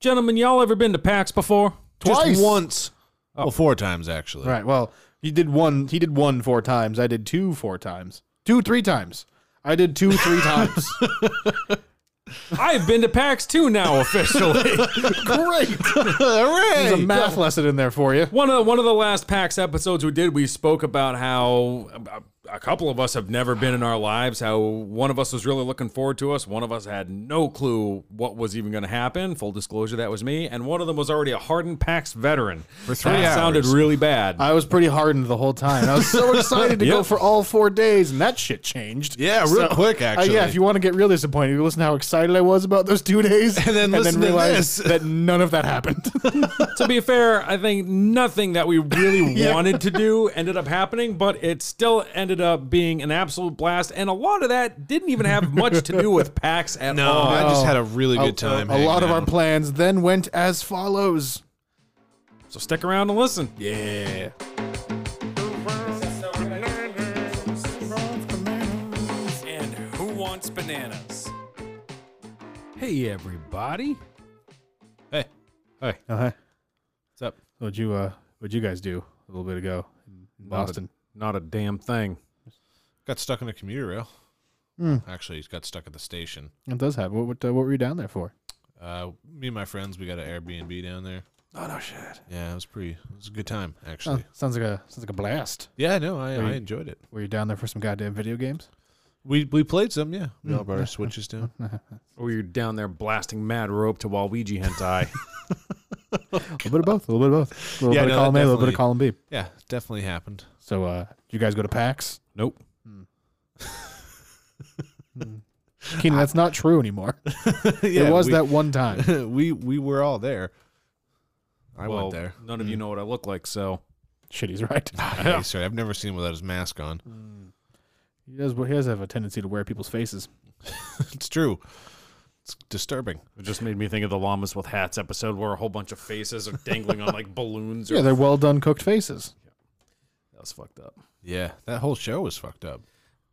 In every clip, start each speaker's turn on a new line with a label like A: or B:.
A: Gentlemen, y'all ever been to PAX before?
B: Twice. Oh.
C: Just once. Well, four times actually.
B: Right. Well, he did one. He did one four times. I did two four times. Two three times. I did two three times.
A: I've been to PAX too now officially.
B: Great. There's a
C: Hooray!
B: math lesson in there for you.
A: one of the, one of the last PAX episodes we did, we spoke about how a, a couple of us have never been in our lives. How one of us was really looking forward to us, one of us had no clue what was even going to happen. Full disclosure, that was me, and one of them was already a hardened PAX veteran. For
C: three
A: that
C: hours.
A: sounded really bad.
B: I was pretty hardened the whole time. I was so excited to go
A: Yep.
B: for all four days, and that shit changed.
C: Yeah, real quick,
B: Uh,
C: actually.
B: yeah, if you want to get real disappointed, you listen to how excited I was about those two days,
C: And then listen to
B: realize
C: this.
B: that none of that happened.
A: to be fair, I think nothing that we really wanted to do ended up happening, but it still ended up being an absolute blast. And a lot of that didn't even have much to do with PAX at
C: no,
A: all.
C: Oh, I just had a really good time.
B: Oh, a lot
C: hanging
B: of our
C: out.
B: plans then went as follows.
A: So stick around and listen.
C: yeah.
A: And who wants bananas? Hey, everybody.
C: Hey,
A: Hey.
B: Uh-huh.
C: what's up?
B: What'd you uh what'd you guys do a little bit ago in Boston?
A: Not a damn thing.
C: Got stuck in a commuter rail.
B: Hmm.
C: Actually, he's got stuck at the station.
B: It does happen. What what, uh, what were you down there for?
C: Uh, me and my friends, we got an Airbnb down there.
B: Oh no shit.
C: Yeah, it was pretty. It was a good time,
B: Oh,
C: actually.
B: sounds like a sounds like a blast.
C: Yeah, no, I,
B: Are
C: I
B: you-
C: enjoyed it.
B: Were you down there for some goddamn video games?
C: We we played some. Yeah,
B: Hmm.
C: we all brought our switches down.
A: Or Oh, you're down there blasting mad rope to Waluigi hentai.
B: A little bit of both. A little bit of both. A little
C: Yeah,
B: bit
C: no,
B: of column A, a little bit of
C: definitely.
B: column B.
C: Yeah, definitely happened.
B: So uh you guys go to PAX?
A: nope.
B: Keenan, that's not true anymore.
C: Yeah,
B: it was
C: we-
B: that one time.
C: we we were all there. I
A: well,
C: went there.
A: none of you know what I look like, so.
B: Shit, he's right.
C: Yeah, he's sorry, I've never seen him without his mask on.
B: He does he does have a tendency to wear people's faces.
C: It's true. It's disturbing.
A: It just made me think of the Llamas with Hats episode where a whole bunch of faces are dangling on like balloons. Or,
B: Yeah, they're well done cooked faces.
A: that was fucked up.
C: Yeah, that whole show was fucked up.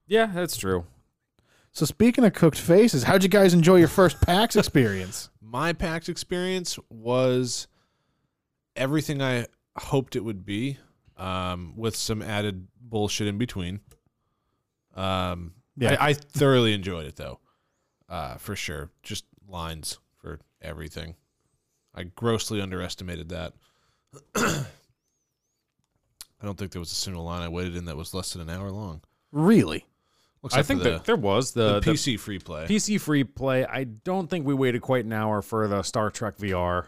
A: Yeah, that's true.
B: So speaking of cooked faces, how'd you guys enjoy your first PAX experience?
C: My PAX experience was everything I hoped it would be, um, with some added bullshit in between. Um,
B: Yeah.
C: I, I thoroughly enjoyed it though, uh, for sure. Just lines for everything. I grossly underestimated that. I don't think there was a single line I waited in that was less than an hour long.
B: Really?
C: Except
A: I think
C: for
A: that there was the,
C: the
A: the
C: PC free play.
A: PC free play. I don't think we waited quite an hour for the Star Trek VR.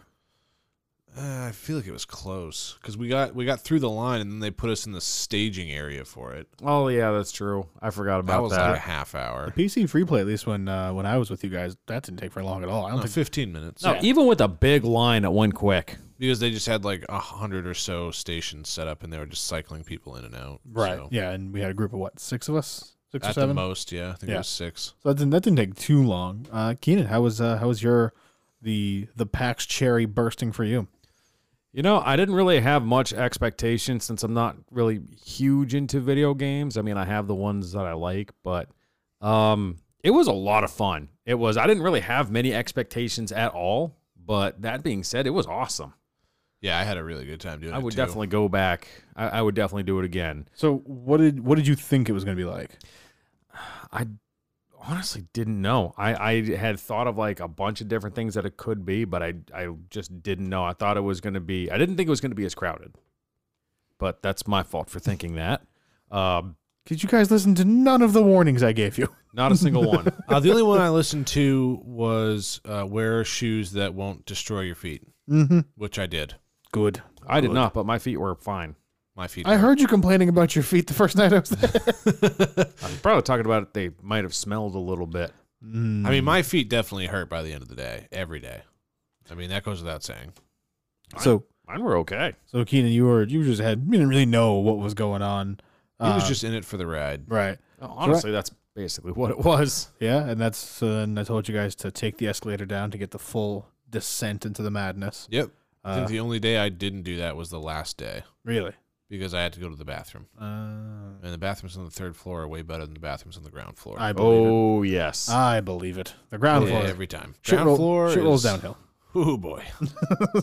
C: Uh, I feel like it was close because we got we got through the line and then they put us in the staging area for it.
A: Oh yeah, that's true. I forgot
C: That
A: about
C: was
A: that.
C: like a half hour,
B: PC free play, at least when uh, when I was with you guys, that didn't take very long at all. I don't
C: No,
B: think
C: Uh, fifteen minutes.
A: No, even with a big line, it went quick.
C: because they just had like a hundred or so stations set up and they were just cycling people in and out. so.
B: Yeah, and we had a group of what, six of us, six or
C: At the
B: seven.
C: most, yeah, I think
B: Yeah.
C: it was six.
B: so that didn't that didn't take too long. Uh, Keenan, how was uh, how was your the the PAX cherry bursting for you?
A: You know, I didn't really have much expectation since I'm not really huge into video games. I mean, I have the ones that I like, but um, it was a lot of fun. It was. I didn't really have many expectations at all. But that being said, it was awesome.
C: Yeah, I had a really good time doing.
A: I
C: it
A: would
C: too.
A: definitely go back. I, I would definitely do it again.
B: So what did what did you think it was going to be like?
A: I honestly didn't know. I, I had thought of like a bunch of different things that it could be, but I I just didn't know. I thought it was going to be. I didn't think it was going to be as crowded. But that's my fault for thinking that. Um,
B: Did you guys listen to none of the warnings I gave you?
A: not a single one.
C: uh, the only one I listened to was uh, wear shoes that won't destroy your feet,
B: Mm-hmm.
C: which I did.
B: Good.
A: I did not, but my feet were fine.
C: My feet.
B: I heard you complaining about your feet the first night I was there.
A: I'm probably talking about it. They might have smelled a little bit.
C: I mean, my feet definitely hurt by the end of the day, every day. I mean, that goes without saying.
B: so
A: Mine were okay.
B: so Keenan, you were you just had you didn't really know what was going on.
C: He was
B: Uh,
C: just in it for the ride.
B: right.
A: Honestly, that's basically what it was.
B: Yeah, and that's so then I told you guys to take the escalator down to get the full descent into the madness. Uh,
C: Yep. I think the only day I didn't do that was the last day
B: Really?
C: because I had to go to the bathroom.
B: Uh,
C: And the bathrooms on the third floor are way better than the bathrooms on the ground floor.
B: I believe it.
A: Oh yes.
B: I believe it. The ground
C: Yeah,
B: floor.
C: every time.
B: shit
C: ground
B: roll-
C: floor
B: shit rolls
C: is-
B: downhill.
C: Oh boy.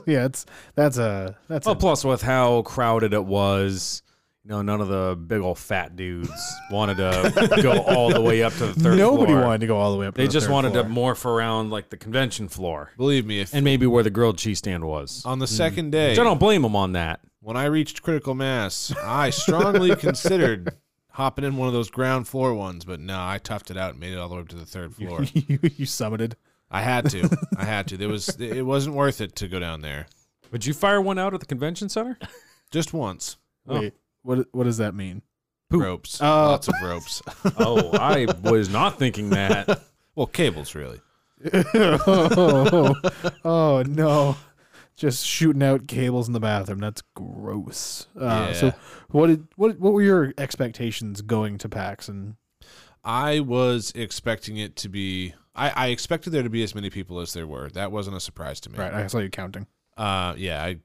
B: yeah, it's that's a that's
A: Well,
B: a,
A: plus with how crowded it was, you know, none of the big old fat dudes wanted to go all the way up to the third
B: nobody
A: floor.
B: wanted to go all the way up. to
A: They
B: the
A: just
B: third
A: wanted
B: floor.
A: to morph around like the convention floor
C: Believe me, if
A: and maybe where the grilled cheese stand was.
C: on the
B: Mm.
C: second day
A: Which I don't blame them on that.
C: when I reached critical mass, I strongly considered hopping in one of those ground floor ones, but no, I toughed it out and made it all the way up to the third floor.
B: you, you summited.
C: I had to. I had to. There was it wasn't worth it to go down there.
A: Would you fire one out at the convention center?
C: Just once.
A: Oh.
B: Wait, what what does that mean?
A: Poop.
C: Ropes.
B: Oh.
C: Lots of ropes.
A: oh, I was not thinking that.
C: well, cables really.
B: oh, oh, no. Just shooting out cables in the bathroom. That's gross. Uh, So
C: Yeah.
B: what did what what were your expectations going to PAX and
C: I was expecting it to be I, I expected there to be as many people as there were. That wasn't a surprise to me.
B: right, I saw you counting.
C: Uh yeah, I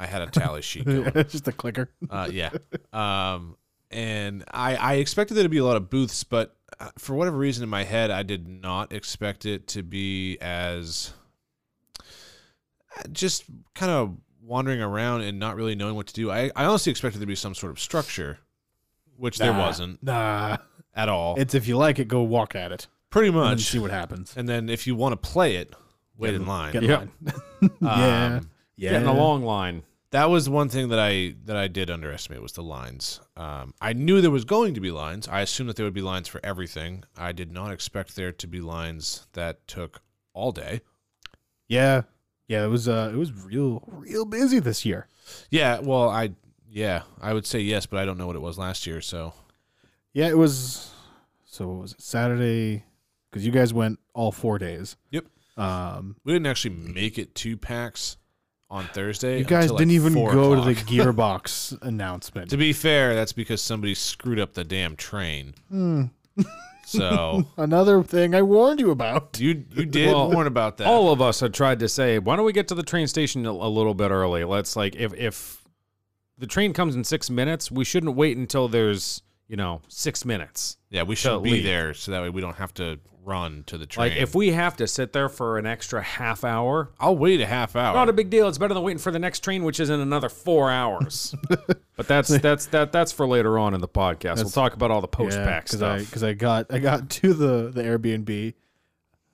C: I had a tally sheet going.
B: Just a clicker.
C: Uh, yeah. Um, and I, I expected there to be a lot of booths, but uh, for whatever reason in my head, I did not expect it to be as uh, just kind of wandering around and not really knowing what to do. I, I honestly expected there to be some sort of structure, which there
B: Nah.
C: wasn't Oh.
B: Nah.
C: at all.
B: It's if you like it, go walk at it
C: Pretty
B: and then
C: much.
B: see what happens.
C: And then if you want to play it, wait in line.
B: Get in
A: Yeah.
B: line.
C: Um,
B: yeah. Yeah.
A: Getting a long line.
C: that was one thing that I that I did underestimate was the lines. Um, I knew there was going to be lines. I assumed that there would be lines for everything. I did not expect there to be lines that took all day.
B: Yeah. Yeah, it was uh it was real real busy this year.
C: Yeah, well, I yeah, I would say yes, but I don't know what it was last year. So
B: Yeah, it was. So what was it Saturday? Because you guys went all four days.
C: Yep.
B: Um,
C: we didn't actually make it to PAX on Thursday.
B: you guys
C: until, like,
B: didn't even
C: four
B: go to the
C: o'clock.
B: gearbox announcement.
C: to be fair, that's because somebody screwed up the damn train.
B: Hmm.
C: So
B: Another thing I warned you about.
C: you you did
A: Well, oh,
C: warn about that.
A: All of us had tried to say, why don't we get to the train station a, a little bit early? Let's like if if the train comes in six minutes, we shouldn't wait until there's you know six minutes.
C: yeah, we should
A: to
C: be
A: leave.
C: there so that way we don't have to run to the train.
A: Like if we have to sit there for an extra half hour,
C: I'll wait a half hour.
A: not a big deal. It's better than waiting for the next train, which is in another four hours. but that's that's that that's for later on in the podcast. we'll talk about all the post pack
B: because I
A: stuff.
B: because I got I got to the the Airbnb.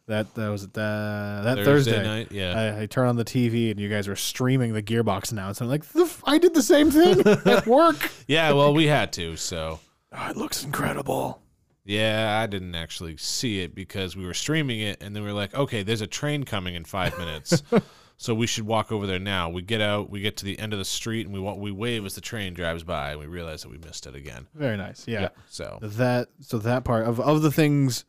B: That that was that that Thursday,
C: Thursday night, yeah.
B: I, I turned on the TV and you guys were streaming the gearbox announcement. I'm like, the f- I did the same thing at work.
C: yeah, well, we had to. So,
B: Oh, it looks incredible.
C: yeah, I didn't actually see it because we were streaming it, and then we were like, okay, there's a train coming in five minutes, so we should walk over there now. We get out, we get to the end of the street, and we wa- we wave as the train drives by, and we realize that we missed it again.
B: Very nice. yeah.
C: So,
B: that so that part of of the things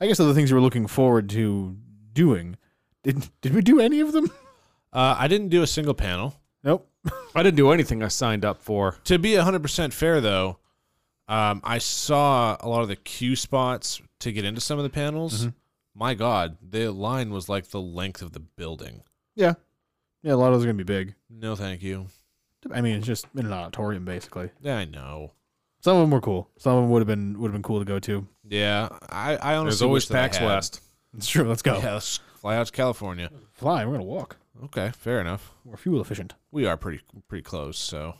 B: i guess of the things you were looking forward to doing did did we do any of them
C: uh, I didn't do a single panel.
B: nope
A: I didn't do anything I signed up for.
C: To be 100% fair, though, um, I saw a lot of the queue spots to get into some of the panels.
A: Mm-hmm.
C: My God, the line was like the length of the building.
B: yeah yeah a lot of those are gonna be big
C: No, thank you.
B: i mean it's just in an auditorium basically
C: Yeah, I know.
B: some of them were cool some of them would have been would have been cool to go to
C: Yeah, I, I honestly
A: There's always
C: wish that I
A: PAX
C: had-
A: West.
B: it's true let's go
C: Yeah, let's fly out to California.
B: fly we're gonna walk
C: Okay, fair enough.
B: we're fuel efficient
C: We are pretty pretty close, so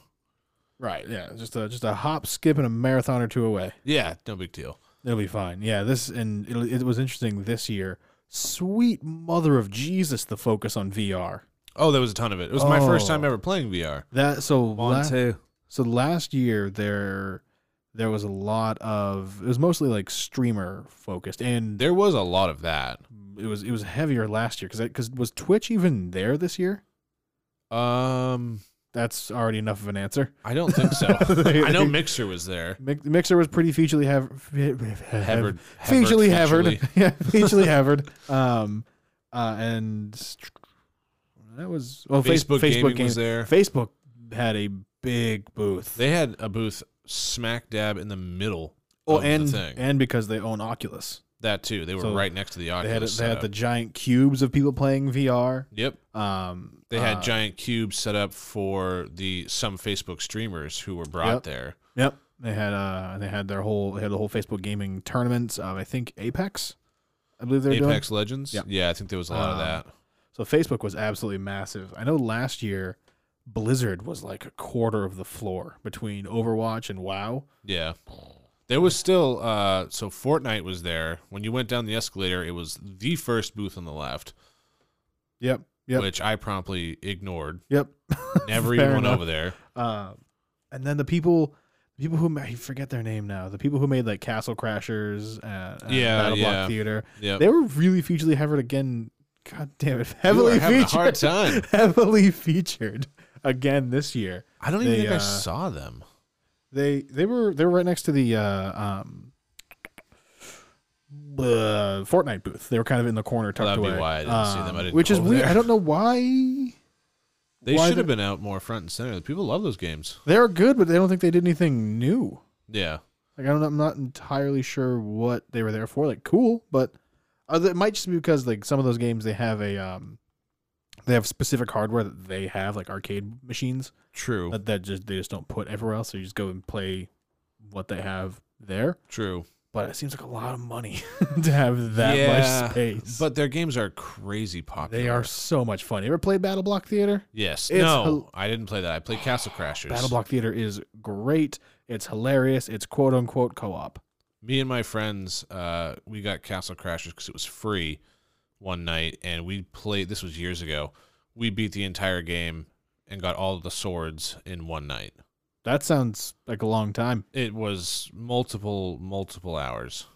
B: right yeah just a just a hop skip and a marathon or two away
C: yeah, no big deal.
B: it'll be fine yeah this and it'll, it was interesting this year sweet mother of jesus the focus on vr
C: Oh, there was a ton of it. It was my first
B: Oh.
C: time ever playing VR.
B: that so la-
A: two.
B: So last year there there was a lot of it was mostly like streamer focused and
C: There was a lot of that.
B: it was it was heavier last year cuz cuz was Twitch even there this year?
C: Um,
B: That's already enough of an answer.
C: I don't think so. I know Mixer was there.
B: Mix- Mixer was pretty featurely hev- hevered.
C: Hevered,
B: Featurely
C: featurely.
B: hevered. Yeah, featurely hevered. Um uh and that was well face-
C: Facebook,
B: Facebook
C: gaming was there.
B: Facebook had a big booth.
C: They had a booth smack dab in the middle.
B: oh
C: of
B: and
C: the thing.
B: and because they own Oculus.
C: that too. They were
B: So
C: right next to the
B: They had,
C: Oculus.
B: they had the
C: setup.
B: giant cubes of people playing VR.
C: yep.
B: Um,
C: They had
B: uh,
C: giant cubes set up for the some Facebook streamers who were
B: Yep.
C: brought there.
B: Yep, they had uh, they had their whole they had the whole Facebook gaming tournaments of I think Apex, I believe they're doing.
C: Apex Legends.
B: Yep.
C: Yeah, I think there was a lot
B: Uh,
C: of that.
B: So Facebook was absolutely massive. I know last year Blizzard was like a quarter of the floor between Overwatch and WoW.
C: Yeah. There was still uh so Fortnite was there. When you went down the escalator, it was the first booth on the left,
B: Yep. Yep.
C: which I promptly ignored.
B: Yep.
C: Never
B: Fair
C: even went
B: enough.
C: over there.
B: Uh, and then the people, people who ma- I forget their name now, the people who made like Castle Crashers, uh, uh,
C: Yeah,
B: Battle Block
C: yeah.
B: Theater,
C: Yep.
B: they were really featured heavily again. God damn it,
C: You
B: heavily
C: are having a
B: featured,
C: hard time.
B: heavily featured again this year.
C: I don't even
B: They,
C: think I
B: uh,
C: saw them.
B: They they were they were right next to the uh, um, uh, Fortnite booth. They were kind of in the corner, tucked
C: that'd be
B: away.
C: why I didn't see them. I
B: Um,
C: didn't
B: which
C: go
B: is
C: over
B: weird.
C: there.
B: I don't know why.
C: They
B: why
C: should have
B: the-
C: been out more front and center. People love those games.
B: They're good, but they don't think they did anything new.
C: Yeah.
B: Like I don't, I'm not entirely sure what they were there for. Like cool, but other, it might just be because like some of those games they have a um, they have specific hardware that they have like arcade machines
C: True.
B: that, that just they just don't put everywhere else. So you just go and play what they have there.
C: True.
B: But it seems like a lot of money to have that
C: Yeah,
B: much space.
C: But their games are crazy popular.
B: they are so much fun. You ever played Battle Block Theater?
C: Yes.
B: It's
C: no,
B: hel-
C: I didn't play that. I played Castle Crashers.
B: Battle Block Theater is great. It's hilarious. It's quote unquote co-op.
C: me and my friends uh, we got castle crashers because it was free one night and we played this was years ago we beat the entire game and got all the swords in one night
B: That sounds like a long time.
C: it was multiple multiple hours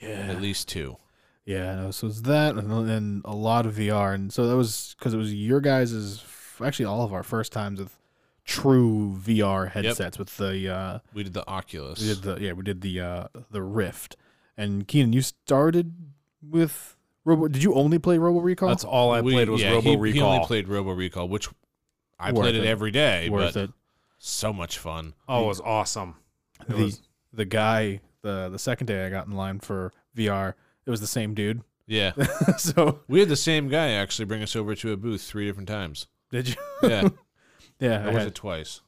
B: Yeah.
C: at least two
B: Yeah, no, so it's that and then a lot of VR. And so that was because it was your guys' actually all of our first times with true VR headsets with the uh
C: we did the oculus
B: we did the yeah, we did the uh the Rift. And Keenan, you started with Robo did you only play Robo Recall?
A: That's all I
C: We-
A: played was
C: yeah,
A: Robo
C: he,
A: Recall.
C: he only played robo recall which i
B: Worth
C: played it,
B: it.
C: every day
B: worth
C: but
B: it.
C: so much fun
A: oh, it was awesome. It
B: The
A: was-
B: the guy the the second day I got in line for VR, it was the same dude.
C: yeah
B: so
C: we had the same guy actually bring us over to a booth three different times
B: did you
C: yeah
B: Yeah,
C: or
B: I
C: was
B: had-
C: it twice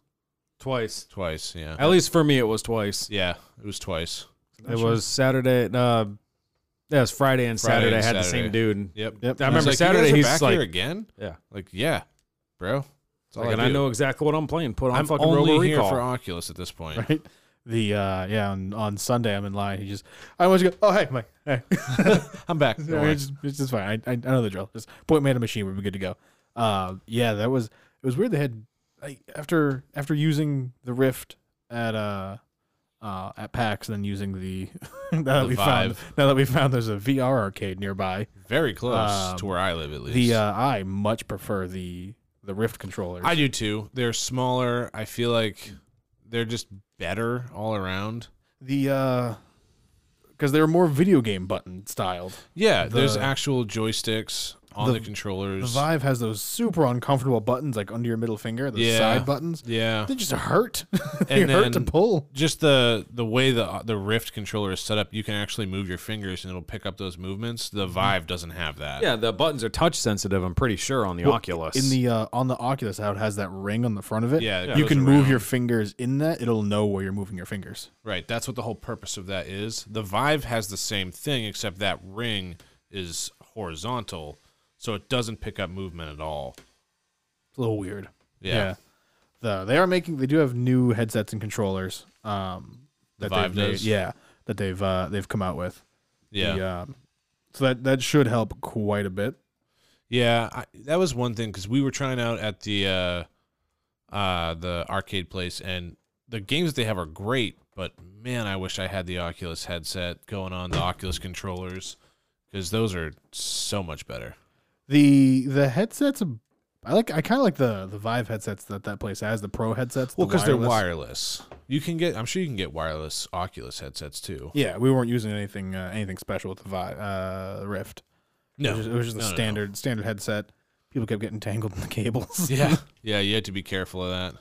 A: twice.
C: twice yeah
A: At least for me, it was twice.
C: Yeah, it was twice.
A: It was Saturday. Uh, yeah, it was Friday and
C: Friday
A: Saturday.
C: and
A: I had
C: Saturday.
A: the same dude. and-
C: Yep.
B: Yep.
A: I
C: was
A: remember
C: like,
A: Saturday.
C: You guys are
A: he's
C: back
A: like,
C: here again.
A: yeah.
C: Like, yeah, bro. That's all
A: Like, and
C: I,
A: I
C: do.
A: know exactly what I'm playing. Put on
C: I'm
A: fucking
C: only
A: Robo
C: here
A: Recall.
C: for Oculus at this point.
B: right? The uh yeah, on, on Sunday I'm in line. He just I always go, Oh hey, Mike, hey.
C: I'm back. Don't
B: Yeah,
C: worry.
B: it's, it's just fine. I, I, I know the drill. Just point me at a machine. We'll be good to go. Uh, yeah, that was it was weird. They had like, after after using the Rift at uh, uh at PAX, and then using the now that
C: The
B: we found now that we found there's a VR arcade nearby.
C: Very close to
B: Um,
C: where I live, at least.
B: The uh, I much prefer the the Rift controllers.
C: I do too. They're smaller. I feel like they're just better all around.
B: the uh because they're more video game button styled.
C: Yeah, there's
B: The-
C: actual joysticks on the,
B: the- The
C: controllers.
B: Vive has those super uncomfortable buttons like under your middle finger, the
C: Yeah.
B: side buttons.
C: yeah.
B: They just hurt. they
C: And
B: hurt to
C: then-
B: pull.
C: Just the the way the uh, the Rift controller is set up, you can actually move your fingers and it'll pick up those movements. The Vive doesn't have that.
A: yeah, the buttons are touch sensitive. I'm pretty sure on the
B: Well,
A: Oculus.
B: in the uh, on the Oculus how it has that ring on the front of it.
C: Yeah, it
B: you
C: goes
B: can move
C: around.
B: your fingers in that. It'll know where you're moving your fingers.
C: Right. That's what the whole purpose of that is. The Vive has the same thing, except that ring is horizontal, so it doesn't pick up movement at all.
B: It's a little weird.
C: Yeah.
B: The, they are making. They do have new headsets and controllers. Um,
C: The
B: that
C: Vive
B: they've made-
C: does?
B: yeah, that they've uh, they've come out with.
C: Yeah. Yeah.
B: The, um, so that that should help quite a bit.
C: I, that was one thing because we were trying out at the uh, uh, the arcade place, and the games that they have are great. But man, I wish I had the Oculus headset going on the Oculus controllers because those are so much better.
B: The the headsets. ab- I like. I kind of like the the Vive headsets that that place has. The Pro headsets.
C: Well,
B: because
C: because they're wireless. You can get. I'm sure you can get wireless Oculus headsets too.
B: Yeah, we weren't using anything uh, anything special with the Vive uh, Rift.
C: No,
B: It was just, it was just
C: No,
B: a
C: no, no.
B: standard standard headset. People kept getting tangled in the cables.
C: Yeah. yeah, you had to be careful of that.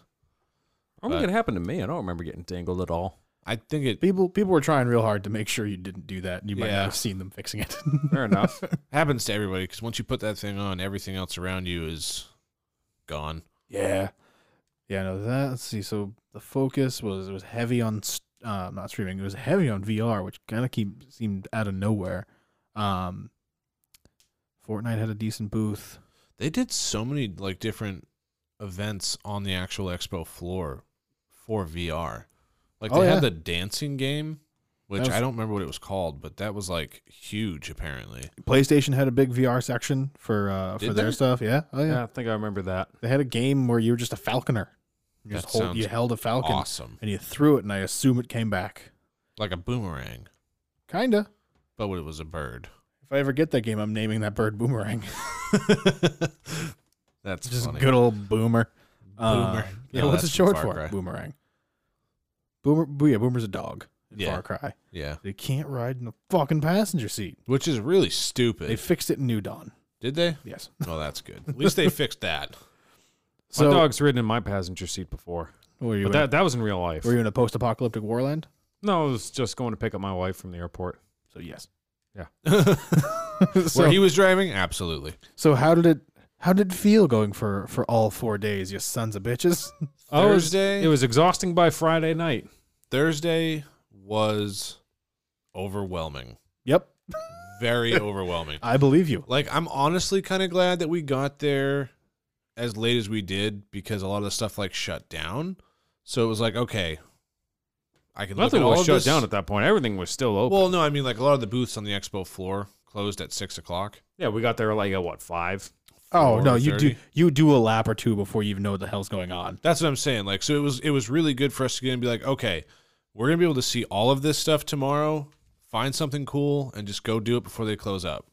A: I don't think it happened to me. I don't remember getting tangled at all.
C: I think it
B: People people were trying real hard to make sure you didn't do that, and you might
C: Yeah.
B: not have seen them fixing it.
A: Fair enough.
C: happens to everybody because once you put that thing on, everything else around you is gone.
B: yeah, yeah. No, that. Let's see. So the focus was it was heavy on s- uh, not streaming. It was heavy on VR, which kind of keep seemed out of nowhere. Um, Fortnite had a decent booth.
C: They did so many like different events on the actual expo floor for VR. Like they
B: Oh, yeah.
C: had the dancing game, which
B: That
C: I
B: was-
C: don't remember what it was called, but that was like huge apparently.
B: PlayStation had a big VR section for uh, for
C: Did
B: their
C: they?
B: stuff. Yeah, oh yeah.
A: Yeah, I think I remember that.
B: They had a game where you were just a falconer. You just
C: That
B: hold,
C: sounds
B: you held a falcon
C: Awesome.
B: and you threw it, and I assume it came back.
C: Like a boomerang,
B: Kinda.
C: but it was a bird.
B: If I ever get that game, I'm naming that bird Boomerang.
C: That's
B: just
C: funny.
B: good old Boomer.
C: Boomer.
B: Uh, yeah,
C: No,
B: what's it
C: that's from
B: short
C: Far
B: for?
C: Cry.
B: Boomerang. Boomer. Bo- Yeah, Boomer's a dog. in
C: Yeah.
B: Far Cry.
C: Yeah.
B: They can't ride in the fucking passenger seat.
C: Which is really
B: They
C: stupid.
B: fixed it in New Dawn.
C: Did they?
B: Yes.
C: Well, that's good. At least they fixed that.
A: My
B: So,
A: dog's ridden in my passenger seat before,
B: were you
A: but
B: in,
A: that that was in real life.
B: were you in a post-apocalyptic warland?
A: No, I was just going to pick up my wife from the airport.
B: So yes.
C: Where
B: so,
C: he was driving? Absolutely.
B: so how did it? How did it feel going for for all four days? You sons of bitches. Oh,
A: I was-
C: Thursday.
A: it was exhausting by Friday night.
C: Thursday was overwhelming.
B: Yep,
C: Very overwhelming.
B: I believe you.
C: Like I'm honestly kind of glad that we got there as late as we did because a lot of the stuff like shut down. So it was like okay, I can
A: Nothing
C: look at all
A: was
C: of
A: shut
C: this-
A: down at that point. Everything was still open.
C: Well, no, I mean like a lot of the booths on the expo floor closed at six o'clock.
A: yeah, we got there like at what five?
B: Oh
C: Four
B: no,
C: or
B: you do
C: 30.
B: you do a lap or two before you even know what the hell's going on.
C: That's what I'm saying. Like, so it was it was really good for us to get and be like, okay, we're gonna be able to see all of this stuff tomorrow. Find something cool and just go do it before they close up.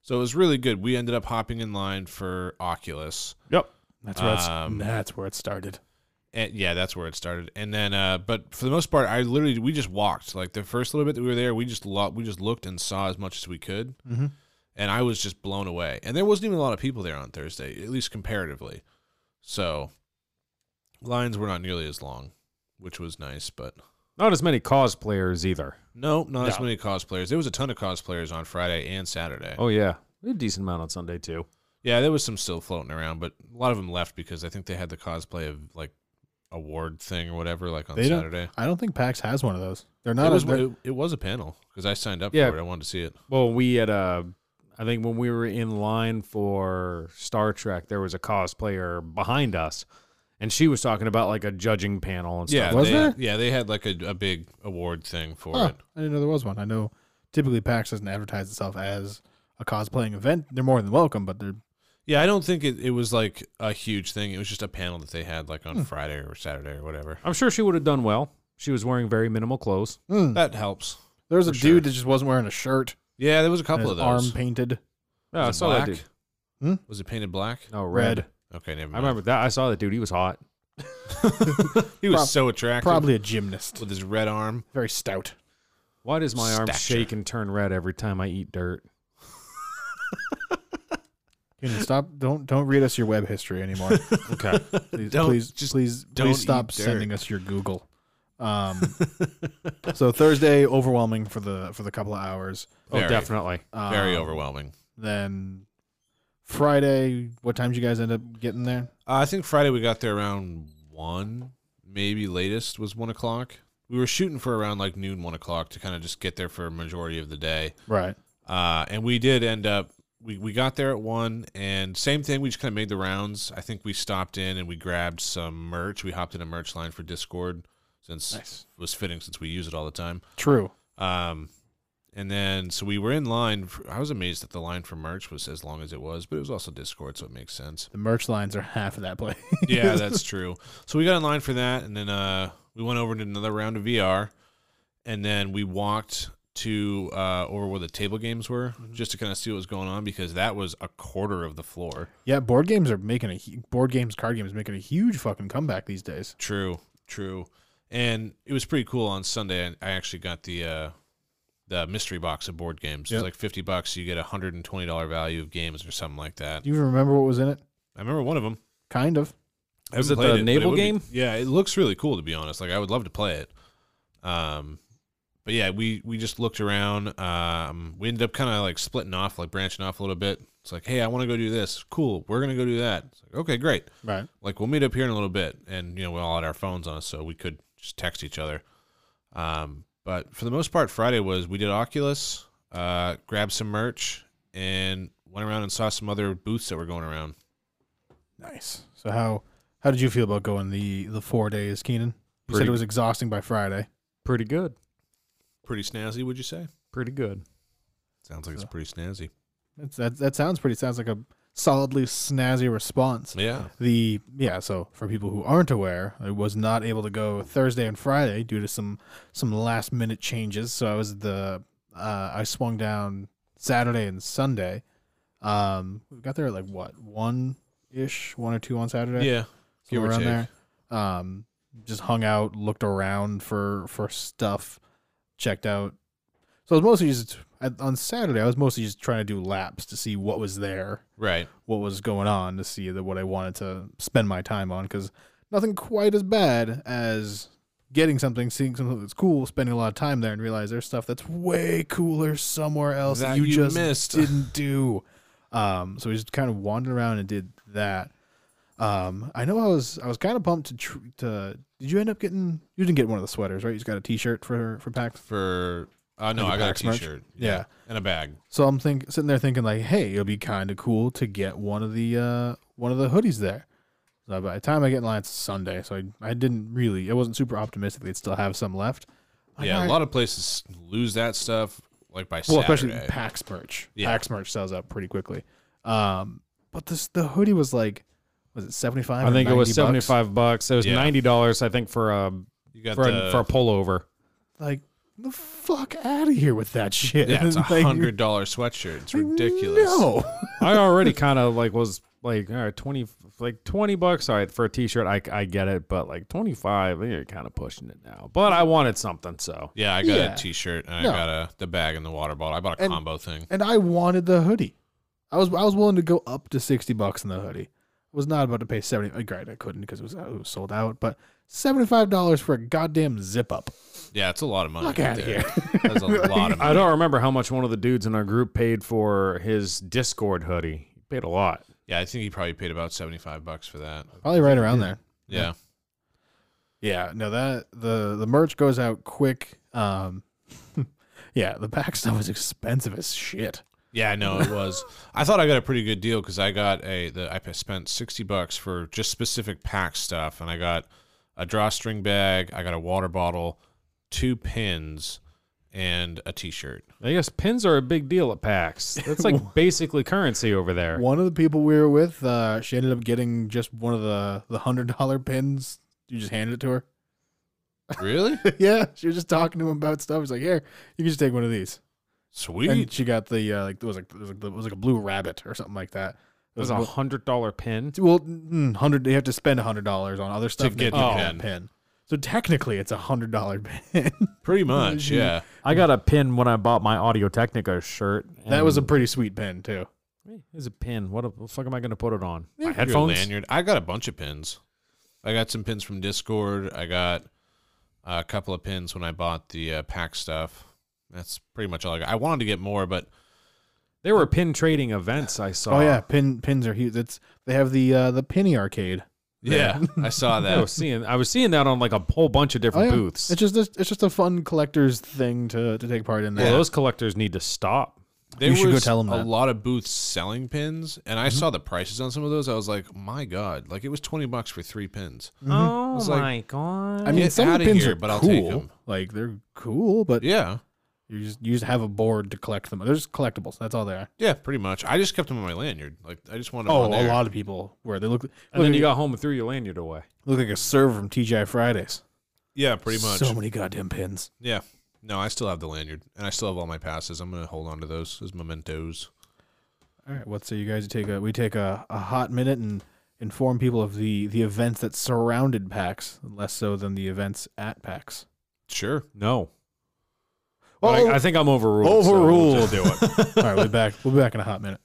C: So it was really good. We ended up hopping in line for Oculus.
A: Yep.
B: That's where it's-
C: Um,
B: that's where it started.
C: And yeah, that's where it started. And then, uh, but for the most part, I literally we just walked. Like the first little bit that we were there, we just lo- we just looked and saw as much as we could.
B: Mhm.
C: And I was just blown away. And there wasn't even a lot of people there on Thursday, at least comparatively. So lines were not nearly as long, which was nice. But
A: Not as many cosplayers either.
C: no, not as
A: No.
C: many cosplayers. There was a ton of cosplayers on Friday and Saturday.
A: Oh yeah, we had a decent amount on Sunday too.
C: Yeah, there was some still floating around, but a lot of them left because I think they had the cosplay of like award thing or whatever, like on
B: They don't-
C: Saturday.
B: I don't think PAX has one of those. They're not.
C: it, was,
B: as they're-
C: it, it was a panel because I signed up
A: Oh, Yeah.
C: for it. I wanted to see it.
A: Well, we had uh, I think when we were in line for Star Trek, there was a cosplayer behind us, and she was talking about like a judging panel and
C: Yeah,
A: stuff.
B: Was
C: they,
B: there?
C: Yeah, they had like a, a big award thing for
B: Huh,
C: it.
B: I didn't know there was one. I know typically PAX doesn't advertise itself as a cosplaying event. They're more than welcome, but they're
C: Yeah, I don't think it, it was like a huge thing. It was just a panel that they had like
A: Hmm.
C: on Friday or Saturday or whatever.
A: I'm sure she would have done well. She was wearing very minimal clothes.
C: That helps.
B: there was a
C: Hmm. For sure.
B: dude that just wasn't wearing a shirt.
C: Yeah, there was a
B: and
C: couple of
B: his
C: those.
B: arm painted.
A: Yeah, Oh, I
C: was it
A: saw
C: black?
A: that dude.
B: Hmm?
C: Was it painted black?
A: No, Oh, red.
B: Red.
C: Okay,
A: I
C: never mind.
A: remember that. I saw that dude. He was hot.
C: he was
B: Prob-
C: so attractive
B: Probably a gymnast.
C: with his red arm.
B: Very stout.
A: Why does my arm
C: Stature.
A: shake and turn red every time I eat dirt?
B: You know, stop! Don't don't read us your web history anymore.
A: Okay.
B: Please,
C: Don't-
B: please,
C: just
B: please,
C: don't
B: please stop
C: eat dirt.
B: sending us your Google. Um, so Thursday overwhelming for the for the couple of hours.
A: oh,
C: Very.
A: definitely.
B: Um,
C: Very overwhelming.
B: Then Friday, what time did you guys end up getting there?
C: Uh, I think Friday we got there around one, maybe latest was one o'clock. We were shooting for around like noon, one o'clock to kind of just get there for a majority of the day.
B: Right.
C: Uh, and we did end up. We, we got there at one, and same thing. We just kind of made the rounds. I think we stopped in and we grabbed some merch. We hopped in a merch line for Discord since
B: Nice.
C: it was fitting since we use it all the time.
B: True.
C: Um, and then so we were in line. For, I was amazed that the line for merch was as long as it was, but it was also Discord, so it makes sense.
B: The merch lines are half of that place.
C: yeah, that's true. So we got in line for that, and then uh, we went over to another round of VR, and then we walked to uh, over where the table games were just to kind of see what was going on because that was a quarter of the floor.
B: yeah, board games are making a hu- board games, card games making a huge fucking comeback these days.
C: True, true, and it was pretty cool on Sunday. I I actually got the uh, the mystery box of board games. It
B: Yep.
C: was like fifty bucks. You get a hundred and twenty dollar value of games or something like that.
B: Do you remember what was in it?
C: I remember one of them.
B: Kind of.
C: I
A: Was
C: haven't
A: it the
C: played but
A: naval
C: would be-
A: game?
C: yeah, it looks really cool to be honest. Like I would love to play it. Um, but yeah, we we just looked around. Um, we ended up kind of like splitting off, like branching off a little bit. It's like, hey, I want to go do this. Cool, we're gonna go do that. It's like, okay, great.
B: Right.
C: Like we'll meet up here in a little bit, and you know we all had our phones on us, so we could just text each other. Um, but for the most part, Friday was we did Oculus, uh, grabbed some merch, and went around and saw some other booths that were going around.
B: Nice. So how how did you feel about going the the four days, Keenan? You said
A: Pretty-
B: it was exhausting by Friday.
A: Pretty good.
C: Pretty snazzy, would you say?
A: Pretty good.
C: Sounds like it's
B: So-
C: pretty snazzy.
B: That's, that that sounds pretty. Sounds like a solidly snazzy response.
C: Yeah.
B: The yeah, so for people who aren't aware, I was not able to go Thursday and Friday due to some some last minute changes. So I was at the uh, I swung down Saturday and Sunday. Um, we got there at like what one ish, one or two on Saturday.
C: Yeah. give or
B: somewhere around
C: take.
B: there. Um, just hung out, looked around for for stuff, checked out. So I was mostly just at- on Saturday. I was mostly just trying to do laps to see what was there
C: Right.
B: what was going on to see that what I wanted to spend my time on because nothing quite as bad as getting something, seeing something that's cool, spending a lot of time there, and realize there's stuff that's way cooler somewhere else
C: That
B: you,
C: you
B: just
C: missed.
B: didn't do. Um, so we just kind of wandered around and did that. Um, I know I was I was kind of pumped to tr- to. Did you end up getting? You didn't get one of the sweaters, right? You just got a T-shirt for for PAX.
C: For uh, no,
B: Like a
C: I got
B: Pax
C: a
B: merch?
C: T-shirt.
B: Yeah.
C: and a bag.
B: So I'm think sitting there thinking like, hey, it'll be kind of cool to get one of the uh, one of the hoodies there. So by the time I get in line, it's Sunday, so I, I didn't really I wasn't super optimistic they'd still have some left. Like,
C: Yeah,
B: all
C: a
B: right.
C: lot of places lose that stuff like by
B: well,
C: Saturday.
B: especially PAX merch.
C: Yeah.
B: PAX merch sells out pretty quickly. Um, but this the hoodie was like, was it seventy five?
A: I think it was seventy five bucks. It was
C: Yeah.
A: ninety dollars, I think, for a
C: you got
A: for,
C: the-
A: a for a pullover.
B: Like the fuck out of here with that shit.
C: yeah, it's a
B: Like,
C: hundred dollar sweatshirt. It's
B: like,
C: ridiculous.
B: No,
A: I already kind of like was like all right, twenty like twenty bucks. All right, for a T-shirt, I, I get it, but like twenty five, you're kind of pushing it now. But I wanted something, so
C: Yeah, I got
B: Yeah.
C: a T-shirt and
B: No.
C: I got a the bag and the water bottle. I bought a
B: And-
C: combo thing.
B: and I wanted the hoodie. I was I was willing to go up to sixty bucks in the hoodie. I was not about to pay seventy. uh, Great, I couldn't because it was, it was sold out. But seventy five dollars for a goddamn zip up.
C: Yeah, it's a lot of money.
B: Fuck
C: right
B: out of
C: there.
B: here.
C: That's a lot of money.
A: I don't remember how much one of the dudes in our group paid for his Discord hoodie. He paid a lot.
C: Yeah, I think he probably paid about seventy five bucks for that.
B: Probably right around there.
C: Yeah,
B: Yeah, no that the the merch goes out quick. Um, yeah, the back stuff is expensive as shit.
C: yeah, I know it was. I thought I got a pretty good deal because I got a the I spent sixty bucks for just specific pack stuff, and I got a drawstring bag, I got a water bottle, two pins, and a T-shirt.
A: I guess pins are a big deal at PAX. That's like basically currency over there.
B: One of the people we were with, uh, she ended up getting just one of the the hundred dollar pins. You just handed it to her.
C: Really?
B: yeah, she was just talking to him about stuff. He's like, "Here, you can just take one of these."
C: Sweet.
B: and she got the uh, like it was like it was like, it was like a blue rabbit or something like that. It
A: It was a hundred dollar pin.
B: well mm, hundred. They have to spend a hundred dollars on other stuff to
C: get
B: get
C: the
B: that
C: pin.
B: pin. So technically, it's a hundred dollar pin.
C: Pretty much. Yeah.
A: I got a pin when I bought my Audio Technica shirt.
B: that was a
A: and-
B: pretty sweet pin too.
A: It was a pin. What, the fuck am I going to put it on? My
C: Your
A: headphones.
C: lanyard. I got a bunch of pins. I got some pins from Discord. I got a couple of pins when I bought the uh, pack stuff. That's pretty much all I got. I wanted to get more, but
A: There were pin trading events I saw.
B: Oh yeah, pin pins are huge. That's they have the uh, the penny arcade.
C: yeah, I saw
A: I was
C: that.
A: seeing I was seeing that on like a whole bunch of
B: Oh,
A: different
B: yeah.
A: booths.
B: It's just a, it's just a fun collector's thing to to take part in.
A: well,
B: There.
A: those collectors need to stop.
C: There
B: You should go
C: was
B: tell 'em
C: a
B: that. Mm-hmm.
C: lot of booths selling pins, and I saw the prices on some of those. I was like, my god, like it was twenty bucks for three pins.
A: Oh
C: like-
A: god.
B: Mm-hmm. I mean,
C: Get
B: some of
C: outta
B: the pins
C: here,
B: are
C: but
B: but
C: I'll
B: cool.
C: take 'em.
B: Like they're cool, but
C: Yeah,
B: you just you just have a board to collect them. They're just collectibles. That's all they are.
C: yeah, pretty much. I just kept them on my lanyard. Like I just wanted. 'em on
B: Oh, a
C: there.
B: lot of people where they look.
A: and then you got home and threw your lanyard away.
B: Look like a server from TGI Fridays.
C: Yeah, pretty much.
B: So many goddamn pins.
C: yeah. No, I still have the lanyard, and I still have all my passes. I'm gonna hold on to those as mementos.
B: All right, what say you guys take a we take a, a hot minute and inform people of the the events that surrounded PAX, less so than the events at PAx.
C: Sure.
A: No. But I,
B: oh,
A: I think I'm overruled. so we'll
B: Overruled.
A: just do it.
B: all right, we'll be back. We'll be back in a hot minute.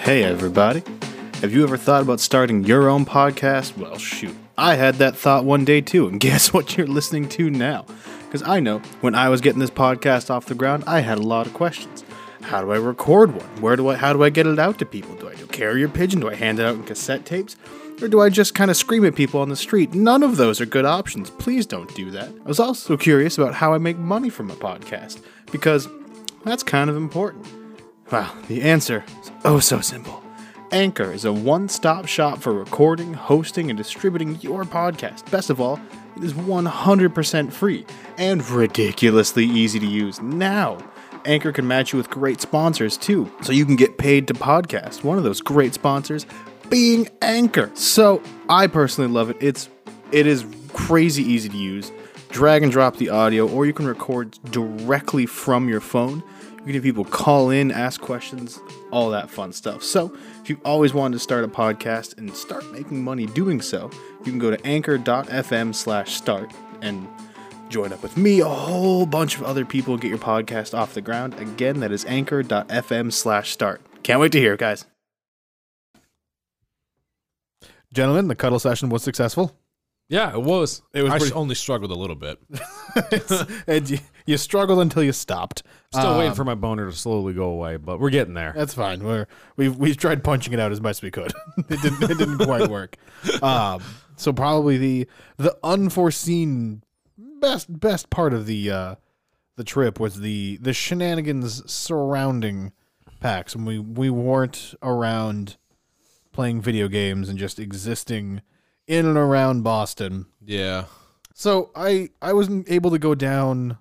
D: Hey, everybody. Have you ever thought about starting your own podcast? Well, shoot. I had that thought one day too, and guess what you're listening to now? Because I know when I was getting this podcast off the ground, I had a lot of questions. How do I record one? Where do I? How do I get it out to people? Do I do carrier pigeon? Do I hand it out in cassette tapes? Or do I just kind of scream at people on the street? None of those are good options. Please don't do that. I was also curious about how I make money from a podcast because That's kind of important. Well, the answer is oh so simple. Anchor is a one stop shop for recording, hosting, and distributing your podcast. Best of all, it is 100% free and ridiculously easy to use now. Anchor can match you with great sponsors too, so you can get paid to podcast. One of those great sponsors being Anchor. So I personally love it. It's it is crazy easy to use. Drag and drop the audio, or you can record directly from your phone. You can have people call in, ask questions, all that fun stuff. So, if you always wanted to start a podcast and start making money doing so, you can go to anchor.fm slash start and join up with me, a whole bunch of other people, get your podcast off the ground. Again, that is anchor.fm slash start. Can't wait to hear, it, guys.
B: Gentlemen, the cuddle session was successful.
A: Yeah, it was.
B: It was
C: I
B: pretty,
C: only struggled a little bit.
B: and you, you struggled until you stopped.
A: Still
B: Um,
A: waiting for my boner to slowly go away, but we're getting there.
B: That's fine. We're, we've we've tried punching it out as best we could. it didn't it didn't quite work. Um, so probably the the unforeseen best best part of the uh, the trip was the the shenanigans surrounding PAX when we we weren't around playing video games and just existing in and around Boston.
C: Yeah.
B: So I I wasn't able to go down,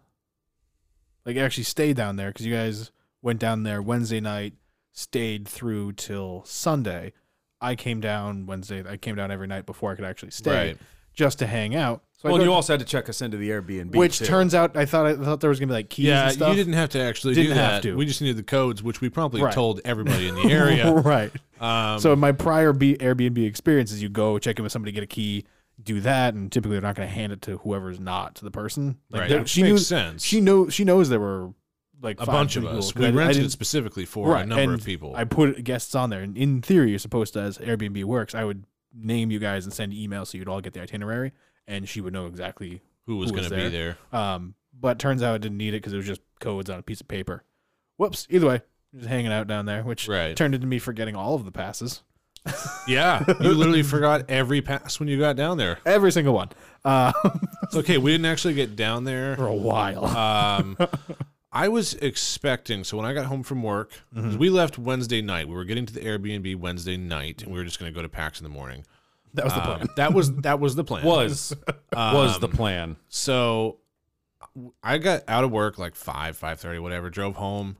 B: like actually stay down there because you guys went down there Wednesday night, stayed through till Sunday. I came down Wednesday. I came down every night before I could actually stay,
C: Right.
B: just to hang out. So
A: Well,
B: I
A: and
B: go-
A: you also had to check us into the Airbnb,
B: which
A: too.
B: turns out I thought I thought there was gonna be like keys
C: Yeah,
B: and stuff.
C: you didn't have to actually do
B: Didn't
C: that.
B: have to.
C: We just needed the codes, which we promptly
B: Right.
C: told everybody in the area.
B: right.
C: Um,
B: so in my prior B- Airbnb experiences, you go check in with somebody, get a key, do that, and typically they're not gonna hand it to whoever's not to the person. Like
C: right.
B: there-
C: Which
B: she
C: makes
B: knew
C: sense.
B: she know she knows there were like
C: a
B: five
C: bunch of
B: people,
C: us.
B: 'cause
C: We
B: I- I
C: rented
B: didn't-
C: it specifically for a number
B: and
C: of people.
B: I put guests on there, and in theory, you're supposed to, as Airbnb works, I would name you guys and send emails so you'd all get the itinerary, and she would know exactly.
C: who was
B: who
C: going
B: was
C: to be there?
B: Um, but turns out I didn't need it because it was just codes on a piece of paper. Whoops. Either way, just hanging out down there, which
C: Right.
B: turned into me forgetting all of the passes,
C: Yeah, you literally forgot every pass when you got down there.
B: every single one, uh,
C: It's okay. We didn't actually get down there.
B: for a while.
C: Um, I was expecting. So when I got home from work,
B: Mm-hmm.
C: 'cause we left Wednesday night. We were getting to the Airbnb Wednesday night, and we were just going to go to PAX in the morning.
B: that was the
C: Um,
B: plan.
C: that was that was the plan.
A: was was the
C: Um,
A: plan.
C: So I got out of work like five, five thirty, whatever. Drove home,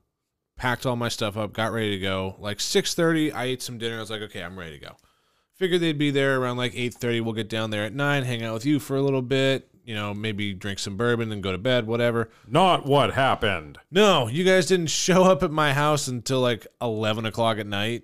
C: packed all my stuff up, got ready to go. Like six thirty, I ate some dinner. I was like, okay, I'm ready to go. Figured they'd be there around like eight thirty. We'll get down there at nine, hang out with you for a little bit. You know, maybe drink some bourbon and go to bed, whatever.
A: Not what happened.
C: No, you guys didn't show up at my house until like eleven o'clock at night.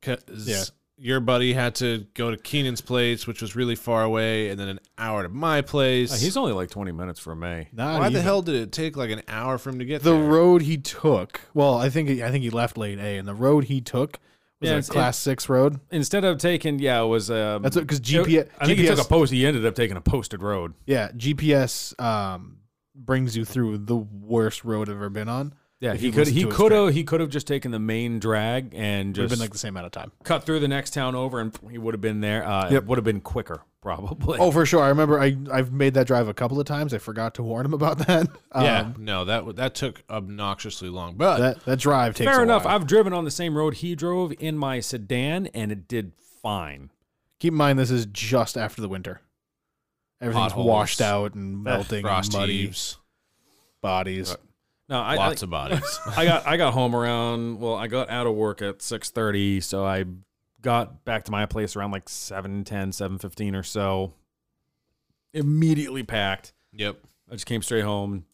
C: Cause
B: Yeah.
C: your buddy had to go to Keenan's place, which was really far away, and then an hour to my place.
A: He's only like 20 minutes from me.
B: Not
C: Why the
B: even.
C: hell did it take like an hour for him to get
B: The
C: there?
B: road he took. Well, I think I think he left lane A, and the road he took was
A: Yeah,
B: a
A: it's-
B: class six road.
A: Instead of taking, yeah, it was. Um,
B: That's because GPS.
A: I think he took
B: GPS
A: a post. He ended up taking a posted road.
B: Yeah, GPS um, brings you through the worst road I've ever been on.
A: Yeah,
B: If
A: he
B: you
A: could.
B: listen
A: He
B: to it
A: could have. He could have just taken the main drag and
B: Would have
A: just
B: been like the same amount of time.
A: cut through the next town over, and he would have been there. Uh,
B: Yep.
A: It would have been quicker, probably.
B: Oh, for sure. I remember I I've made that drive a couple of times. I forgot to warn him about that. Um,
C: yeah, no, that w- that took obnoxiously long. But
B: that that drive takes
A: fair
B: a
A: enough.
B: while.
A: I've driven on the same road he drove in my sedan, and it did fine.
B: Keep in mind this is just after the winter. Everything's
C: Potholes.
B: washed out and melting, and
C: frost
B: muddy
C: heaves,
B: bodies.
A: No, I,
C: lots
A: I,
C: of bodies.
A: I got I got home around well I got out of work at 6:30 so I got back to my place around like 7:10 7:15 or so immediately packed
C: yep.
A: I just came straight home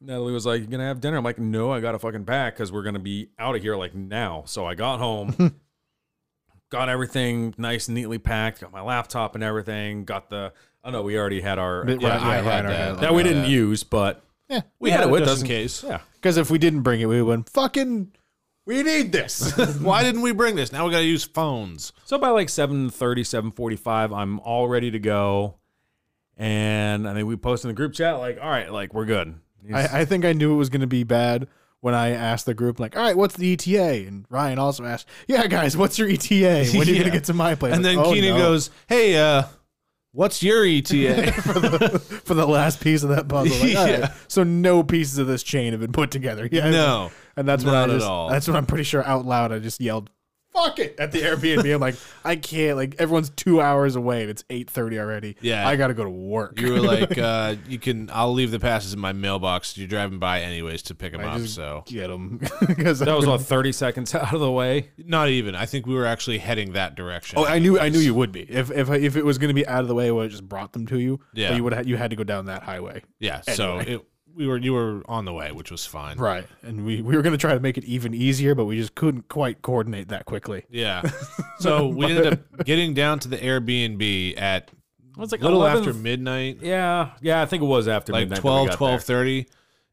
A: Natalie was like you going to have dinner I'm like no I got to fucking pack cuz we're going to be out of here like now so I got home got everything nice and neatly packed got my laptop and everything got the Oh no, we already had our
B: Bit-
A: yeah,
B: right,
C: I
B: right,
C: had
B: right,
C: that.
B: right.
A: that we didn't use but
B: Yeah,
C: We
A: had
C: had
A: it
C: it
A: with
C: with
A: us
C: us in
A: in-
C: case.
A: yeah
B: because if we didn't bring it, we went fucking. We need this.
C: Why didn't we bring this? Now we got to use phones.
A: So by like 7.30, 7.45, I'm all ready to go. And I think we posted in the group chat, like, all right, like, we're good.
B: I, I think I knew it was going to be bad when I asked the group, like, all right, what's the ETA? And Ryan also asked, yeah, guys, what's your ETA? E When are you going
C: Yeah.
B: to get to my place?
C: And
B: Like,
C: then
B: "Oh,
C: Keenan
B: no."
C: goes, "Hey, uh, What's your ETA?
B: for the last piece of that puzzle. Like, all right,
C: Yeah.
B: So no pieces of this chain have been put together. Yeah.
C: No,
B: And that's what I
C: not at
B: just,
C: all.
B: That's what I'm pretty sure out loud I just yelled, "Fuck it!" at the Airbnb. I'm like, I can't. Like everyone's two hours away and it's eight thirty already.
C: Yeah.
B: I gotta go to work.
C: you were like, uh, you can. I'll leave the passes in my mailbox. You're driving by anyways to pick them
B: I
C: up.
B: just
C: So
B: get them because
A: That was what thirty seconds out of the way.
C: not even. I think we were actually heading that direction.
B: Oh, I knew, I knew you would be. If if if it was going to be out of the way, I would have just brought them to you.
C: Yeah.
B: but you would have, you had to go down that highway,
C: yeah. So it, we were. You were on the way, which was fine.
B: right? And we we were going to try to make it even easier, but we just couldn't quite coordinate that quickly.
C: Yeah. So we ended up getting down to the Airbnb at
A: It was like
C: little
A: 11
C: after midnight,
A: Yeah, yeah, I think it was after
C: like
A: midnight that we got
C: 12, 12.30.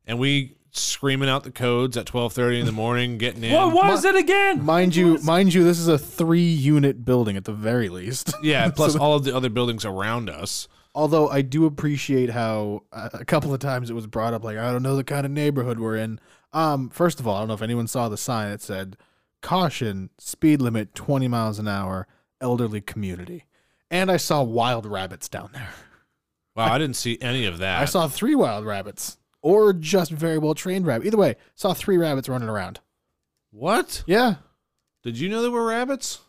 C: And we screaming out the codes at 12.30 in the morning, getting in.
A: there. What was it again?
B: Mind you, mind you, this is a three unit building at the very least.
C: Yeah, plus all of the other buildings around us.
B: Although I do appreciate how uh, a couple of times it was brought up, like I don't know the kind of neighborhood we're in. Um, first of all, I don't know if anyone saw the sign that said "Caution: Speed limit 20 miles an hour, elderly community." And I saw wild rabbits down there.
C: Wow, I didn't see any of that.
B: I saw three wild rabbits, or just very well trained rabbit. Either way, saw three rabbits running around.
C: what?
B: Yeah,
C: Did you know there were rabbits?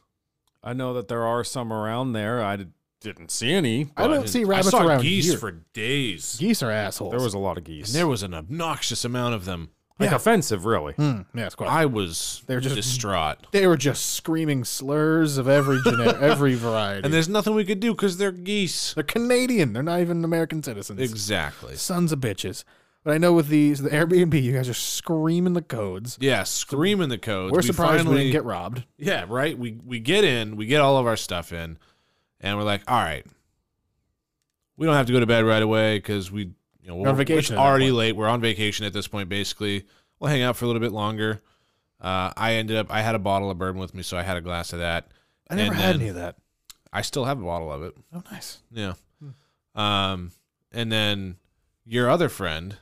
A: I know that there are some around there. I did, didn't see any.
B: I don't
A: but
B: see rabbits
C: I saw
B: around
C: geese
B: here.
C: for days.
B: geese are assholes.
A: There was a lot of geese.
C: And there was an obnoxious amount of them.
A: like offensive, really.
B: Hmm, yeah, it's quite.
C: I was
B: They were just-
C: distraught.
B: they were just screaming slurs of every gener- every variety.
C: And there's nothing we could do because they're geese.
B: They're Canadian. They're not even American citizens.
C: Exactly.
B: Sons of bitches. But I know with these the Airbnb, you guys are screaming the codes.
C: Yeah, screaming the codes.
B: We're
C: We
B: surprised we
C: finally-
B: didn't get robbed.
C: Yeah, right. We we get in, we get all of our stuff in, and we're like, all right, we don't have to go to bed right away because we you know we're,
B: on vacation
C: It's
B: at that
C: already
B: point.
C: late. We're on vacation at this point. Basically, we'll hang out for a little bit longer. Uh, I ended up. I had a bottle of bourbon with me, so I had a glass of that.
B: I never
C: And
B: had
C: then-
B: any of that.
C: I still have a bottle of it.
B: Oh, nice.
C: Yeah. Um, and then your other friend,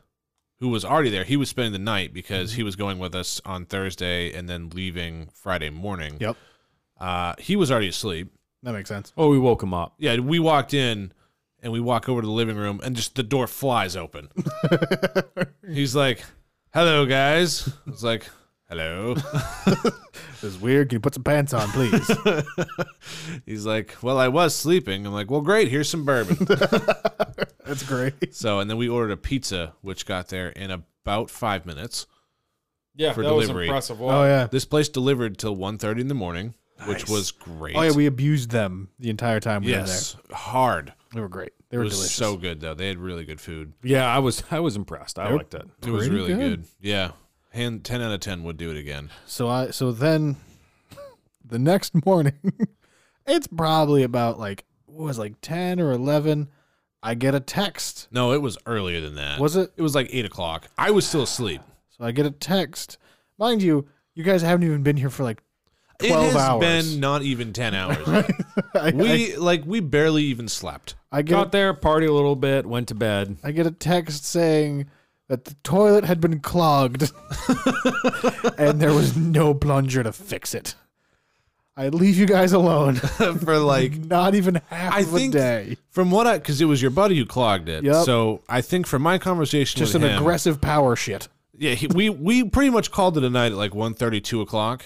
C: who was already there, he was spending the night because he was going with us on Thursday and then leaving Friday morning.
B: Yep.
C: Uh, he was already asleep.
B: That makes sense.
A: Oh, we woke him up.
C: Yeah, we walked in and we walk over to the living room and just the door flies open. He's like, "Hello, guys." I was like, "Hello."
B: This is weird. Can you put some pants on, please?
C: He's like, "Well, I was sleeping." I'm like, "Well, great. Here's some bourbon."
B: That's great.
C: so, and then we ordered a pizza, which got there in about five minutes.
A: Yeah,
C: For that was delivery. impressive.
B: Oh yeah.
C: This place delivered till 1.30 in the morning, which was great.
B: Oh yeah. We abused them the entire time we
C: yes, hard.
B: were there. They were great. They
C: It
B: were
C: was
B: delicious.
C: so good though. They had really good food.
A: yeah, I was I was impressed. I
B: Nope.
A: liked it.
C: It was
B: Pretty
C: really
B: good.
C: good. Yeah, hand ten out of ten would do it again.
B: So I so then the next morning, it's probably about like what was it, like ten or eleven. I get a text.
C: No, it was earlier than that.
B: Was it?
C: It was like eight o'clock. I was still asleep.
B: So I get a text. Mind you, you guys haven't even been here for like 12
C: it has
B: hours.
C: been not even ten hours.
B: I, I,
C: we like we barely even slept.
B: I get
A: Got there, party a little bit, went to bed.
B: I get a text saying that the toilet had been clogged and there was no plunger to fix it. I leave you guys alone.
C: For like
B: Not even half
C: I
B: of
C: think
B: a day.
C: from what I because it was your buddy who clogged it.
B: Yep.
C: So I think from my conversation
B: Just
C: with
B: an
C: him,
B: aggressive power shit.
C: Yeah, he, we we pretty much called it a night at like 1.30, 2 o'clock.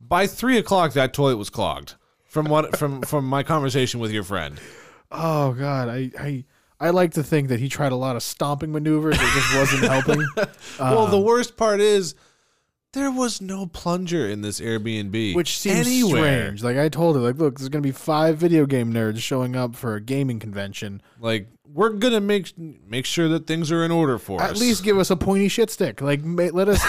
C: By three o'clock, that toilet was clogged. From what from from my conversation with your friend,
B: Oh god, I I I like to think that he tried a lot of stomping maneuvers. It just wasn't helping.
C: well, the worst part is there was no plunger in this Airbnb,
B: which seems strange. Like I told her, like, look, there's gonna be five video game nerds showing up for a gaming convention.
C: Like we're gonna make make sure that things are in order for us.
B: At least give us a pointy shit stick. Like, ma- let us.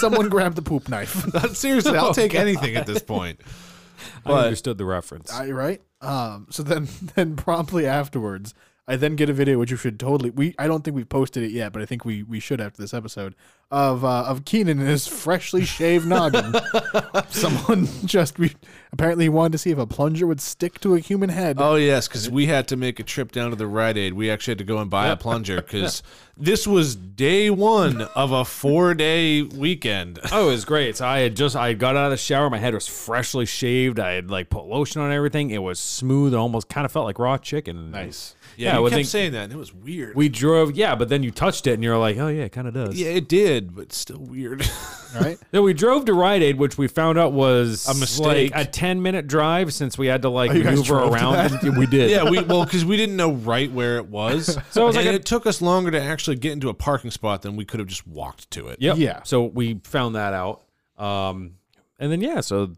B: someone grab the poop knife.
C: seriously, I'll take anything at this point.
A: I
C: But-
A: understood the reference.
B: I, right. Um. So then, then promptly afterwards, I then get a video which you should totally. We I don't think we've posted it yet, but I think we we should after this episode of uh, of Keenan and his freshly shaved noggin. Someone just re- apparently wanted to see if a plunger would stick to a human head.
C: Oh yes, because we had to make a trip down to the Rite Aid. We actually had to go and buy a plunger because this was day one of a four-day weekend.
A: Oh, it was great. So I had just I had got out of the shower. My head was freshly shaved. I had like put lotion on everything. It was smooth. It almost kind of felt like raw chicken. Nice. Yeah,
C: Yeah,
A: I
C: you
A: would
C: kept
A: think
C: saying that, and it was weird.
A: we drove. Yeah, but then you touched it and you're like, oh yeah, it kind of does.
C: yeah, it did, but still weird.
B: Right?
A: Then we drove to Rite Aid, which we found out was
C: A mistake.
A: like a ten minute drive since we had to like
B: you guys
A: maneuver
B: drove to
A: around. we did.
C: yeah, we well because we didn't know right where it was,
A: So it was like
C: and
A: a-
C: it took us longer to actually get into a parking spot than we could have just walked to it.
A: Yep.
B: Yeah.
A: So we found that out. Um, and then yeah, so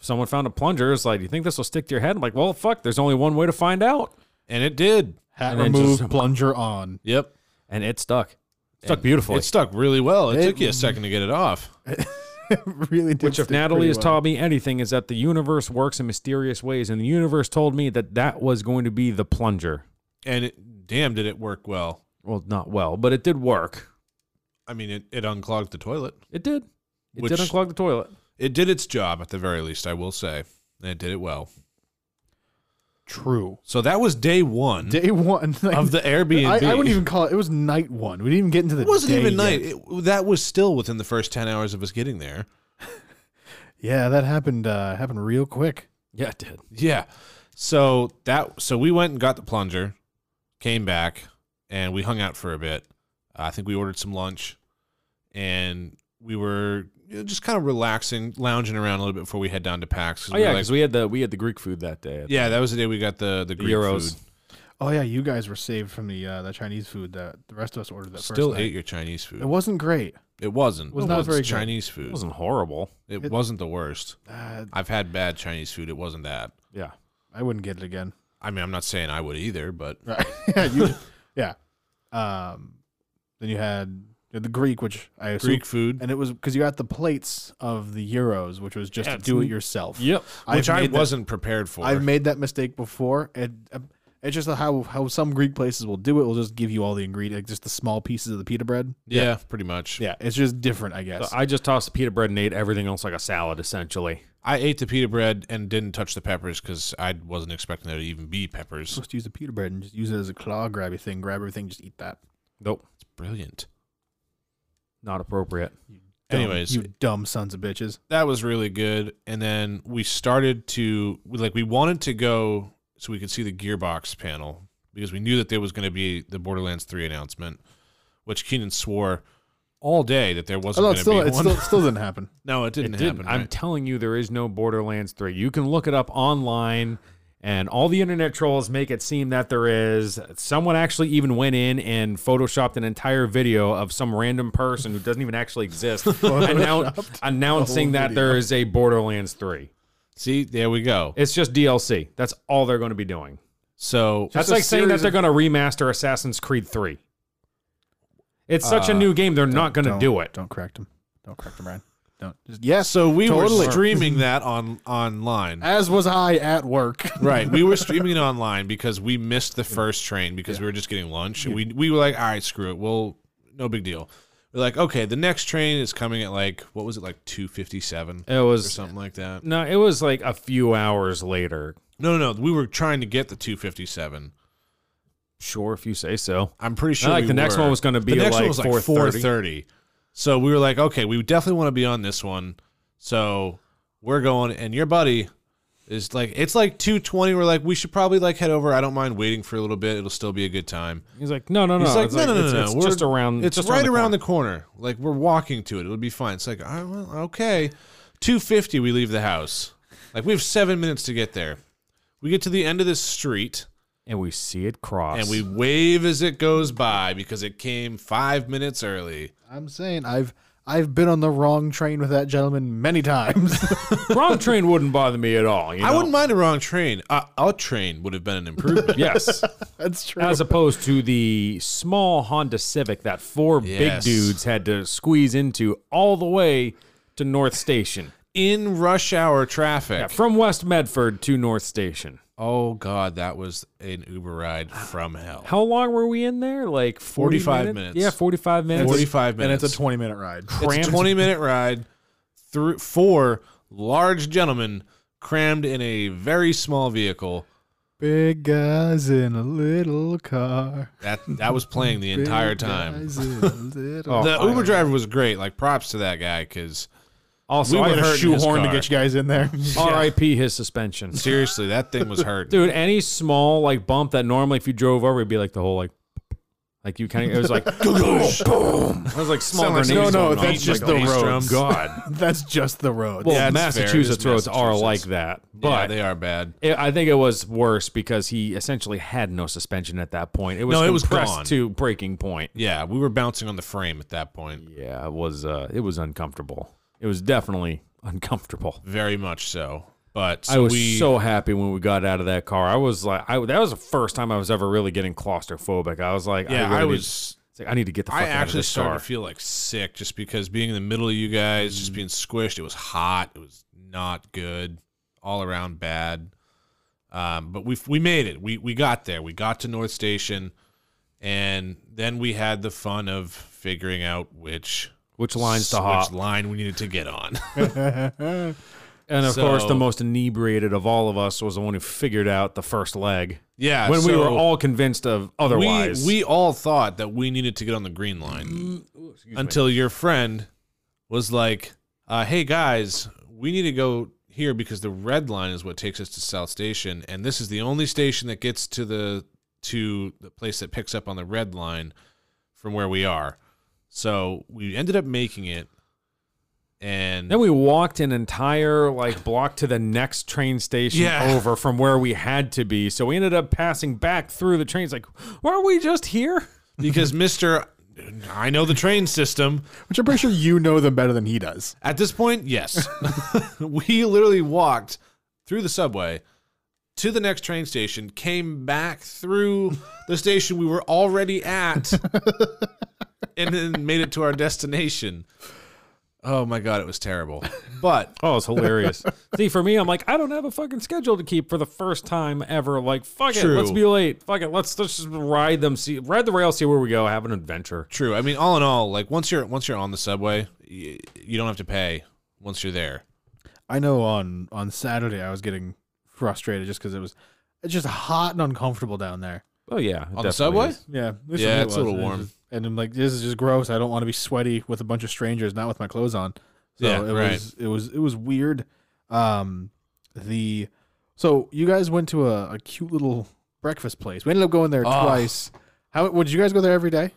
A: someone found a plunger. It's like, do you think this will stick to your head? I'm like, well, fuck. There's only one way to find out,
C: and it did.
B: Hat
A: And then
B: removed,
A: just-
B: plunger on.
C: Yep,
A: and it stuck. stuck beautifully.
C: it stuck really well. It,
B: It-
C: took you a second to get it off.
B: really did
A: Which, if
B: stick
A: Natalie
B: pretty
A: has
B: well.
A: taught me anything, is that the universe works in mysterious ways, and the universe told me that that was going to be the plunger.
C: And it, damn, did it work well?
A: Well, not well, but it did work.
C: I mean, it, it unclogged the toilet.
A: It did. It
C: Which-
A: did unclog the toilet.
C: It did its job at the very least, I will say. And it did it well.
B: True.
C: So that was day one
B: Day one. Like,
C: of the Airbnb.
B: I, I wouldn't even call it. It was night one. We didn't even get into the.
C: It wasn't
B: day
C: even night.
B: yet.
C: It- that was still within the first ten hours of us getting there.
B: Yeah, that happened. Uh, happened real quick.
A: Yeah, it did.
C: Yeah. So that so we went and got the plunger, came back, and we hung out for a bit. Uh, I think we ordered some lunch, and we were you know, just kind of relaxing, lounging around a little bit before we head down to PAX. 'cause
A: Oh
C: we were
A: yeah,
C: like-
A: because we had the we had the Greek food that day.
C: yeah, that was the day we got the the
A: The
C: Greek
A: Euros.
C: food.
B: Oh yeah, you guys were saved from the uh, the Chinese food that the rest of us ordered. That
C: Still
B: first
C: ate
B: night.
C: your Chinese food.
B: It wasn't great.
C: It wasn't.
B: was
C: It
B: not
C: was
B: very good.
C: Chinese food.
A: It wasn't horrible.
C: It,
B: It-
C: wasn't the worst.
B: Uh,
C: I've had bad Chinese food. It wasn't that.
A: Yeah.
B: I wouldn't get it again.
C: I mean, I'm not saying I would either, but
B: Right? yeah. You, yeah. Um, then you had you had the Greek, which I assume,
C: Greek food,
B: and it was because you got the plates of the euros, which was just
A: Yeah, it's
B: do it
A: n-
B: yourself.
A: Yep.
B: I've
C: which I
B: made that-
C: wasn't prepared for.
B: I've made that mistake before, and um, it's just how how some Greek places will do it. Will just give you all the ingredient, like just the small pieces of the pita bread.
C: yeah, pretty much.
B: Yeah, it's just different, I guess.
A: So I just tossed the pita bread and ate everything else like a salad, essentially.
C: I ate the pita bread and didn't touch the peppers because I wasn't expecting there to even be peppers.
B: supposed to use the pita bread and just use it as a claw grabby thing. Grab everything, just eat that.
A: Nope.
C: It's brilliant.
A: Not appropriate.
B: Dumb-
C: Anyways,
B: you dumb sons of bitches.
C: that was really good. And then we started to we- like we wanted to go so we could see the gearbox panel because we knew that there was going to be the Borderlands Three announcement, which Keenan swore all day that there wasn't
B: Although
C: going
B: it
C: to
B: Oh, still,
C: be
B: it
C: one.
B: still, still didn't happen.
C: no, it didn't happen.
A: I'm
C: right?
A: telling you, there is no Borderlands 3. You can look it up online, and all the internet trolls make it seem that there is. Someone actually even went in and photoshopped an entire video of some random person who doesn't even actually exist annou- announcing that there is a Borderlands 3.
C: see, there we go.
A: It's just DLC. That's all they're going to be doing.
C: So
A: That's
B: a
A: like saying that
B: series
A: they're
B: of-
A: going to remaster Assassin's Creed 3. It's such
C: Uh,
A: a new game, they're not going to
B: Don't-
A: do it.
B: Don't correct him. Don't correct him, Ryan. Don't. Just, yes.
C: so we
B: Totally.
C: were streaming that on online.
B: As was I at work.
C: Right. We were streaming it online because we missed the first train because we were just getting lunch. And we we were like, all right, screw it. Well, no big deal. We're like, okay, the next train is coming at like what was it like two fifty seven
A: It
C: or
A: was
C: something like that.
A: no, it was like a few hours later.
C: No, no, no. We were trying to get the two fifty seven.
A: Sure, if you say so.
C: I'm pretty sure.
A: like
C: we
A: the next
C: were.
A: one was gonna be like 4:30.
C: thirty. So we were like, okay, we definitely want to be on this one. So we're going, and your buddy is like, it's like two twenty. We're like, we should probably like head over. I don't mind waiting for a little bit. It'll still be a good time.
A: He's like, no, no, no.
C: He's like,
A: It's
C: no, no, no,
A: it's,
C: no.
A: It's
C: we're-
A: just around.
C: It's
A: just
C: right around the corner. Like we're walking to it. It'll be fine. It's like, all right, well, okay. Two fifty, we leave the house. Like we have seven minutes to get there. We get to the end of this street
A: and we see it cross.
C: and we wave as it goes by because it came five minutes early.
B: I'm saying I've I've been on the wrong train with that gentleman many times.
A: wrong train wouldn't bother me at all. You
C: I
A: know?
C: wouldn't mind a wrong train. Uh, a train would have been an improvement.
A: Yes,
B: That's true.
A: as opposed to the small Honda Civic that four big
C: Yes.
A: dudes had to squeeze into all the way to North Station
C: In rush hour traffic.
A: from West Medford to North Station.
C: Oh God, that was an Uber ride from hell.
A: How long were we in there? Like 40
C: 45 minutes.
A: Yeah, 45 minutes.
C: Forty-five
B: and
C: minutes.
B: it's a twenty minute ride.
C: It's a twenty-minute ride through four large gentlemen crammed in a very small vehicle.
B: Big guys in a little car.
C: That that was playing the entire time.
A: Oh,
C: the Uber driver was great. Like props to that guy because
A: Also,
C: We
A: I
C: were
A: heard-
C: hurt in his
B: shoehorn to
C: car.
B: get you guys in there.
A: R.I.P. his suspension.
C: seriously, that thing was hurt.
A: Dude, any small like bump that normally if you drove over, it'd be like the whole like, like you kind of it was like boom. It was like small
C: Sound like
A: grenades.
B: no,
C: He's
B: no,
C: going
B: that's
C: off
B: just
C: like
B: the
C: bass
B: roads.
C: drums.
A: God.
B: That's just the road.
A: Well,
C: Yeah, it's fair. It's
A: Massachusetts roads are
C: Massachusetts.
A: like that, but
C: yeah, they are bad.
A: it, I think it was worse because he essentially had no suspension at that point. It was
C: No, it was
A: compressed
C: gone.
A: to breaking point.
C: Yeah, we were bouncing on the frame at that point,
A: Yeah, it was. Uh, it was uncomfortable. It was definitely uncomfortable.
C: very much so. But
A: I was
C: we,
A: so happy when we got out of that car. I was like, I that was the first time I was ever really getting claustrophobic. I was like,
C: yeah,
A: really
C: I
A: need-
C: was.
A: it's like, I need to get the fuck
C: I
A: out of
C: actually
A: this
C: started
A: car. Mm.
C: to feel like sick just because being in the middle of you guys, just being squished. It was hot. It was not good. All around bad. Um, but we we made it. We we got there. We got to North Station, and then we had the fun of figuring out which
A: Which lines to
C: which
A: hop?
C: line we needed to get on.
A: And of course, the
C: So-
A: most inebriated of all of us was the one who figured out the first leg
C: yeah,
A: when we were
C: so-
A: all convinced of otherwise.
C: We, we all thought that we needed to get on the green line until your friend was like, uh, hey guys, we need to go here because the red line is what takes us to South Station, and this is the only station that gets to the to the place that picks up on the red line from where we are. So we ended up making it, and
A: then we walked an entire like block to the next train station
C: Yeah.
A: over from where we had to be. So we ended up passing back through the trains. Like, weren't we just here?
C: because Mister, I know the train system.
B: Which I'm pretty sure you know them better than he does.
C: At this point, yes. we literally walked through the subway to the next train station, came back through the station we were already at, and then made it to our destination. Oh my God, it was terrible. But
A: Oh, it's hilarious. See, for me, I'm like, I don't have a fucking schedule to keep for the first time ever. Like, fuck it,
C: True.
A: let's be late. Fuck it, let's, let's just ride them, see, ride the rail, see where we go, have an adventure.
C: true. I mean, all in all, like once you're once you're on the subway, y- you don't have to pay once you're there.
B: I know on on Saturday I was getting frustrated just because it was it's just hot and uncomfortable down there.
A: Oh yeah, it
C: On the
A: definitely
C: subway?
A: is.
B: Yeah, this is
C: Yeah,
B: what it
C: it's a little
B: was. And
C: warm.
B: just- and I'm like, this is just gross. I don't want to be sweaty with a bunch of strangers, not with my clothes on. So
C: Yeah,
B: it
C: right.
B: was it was it was weird. Um, the so you guys went to a, a cute little breakfast place. We ended up going there
C: Ah.
B: twice. How would you guys go there every day?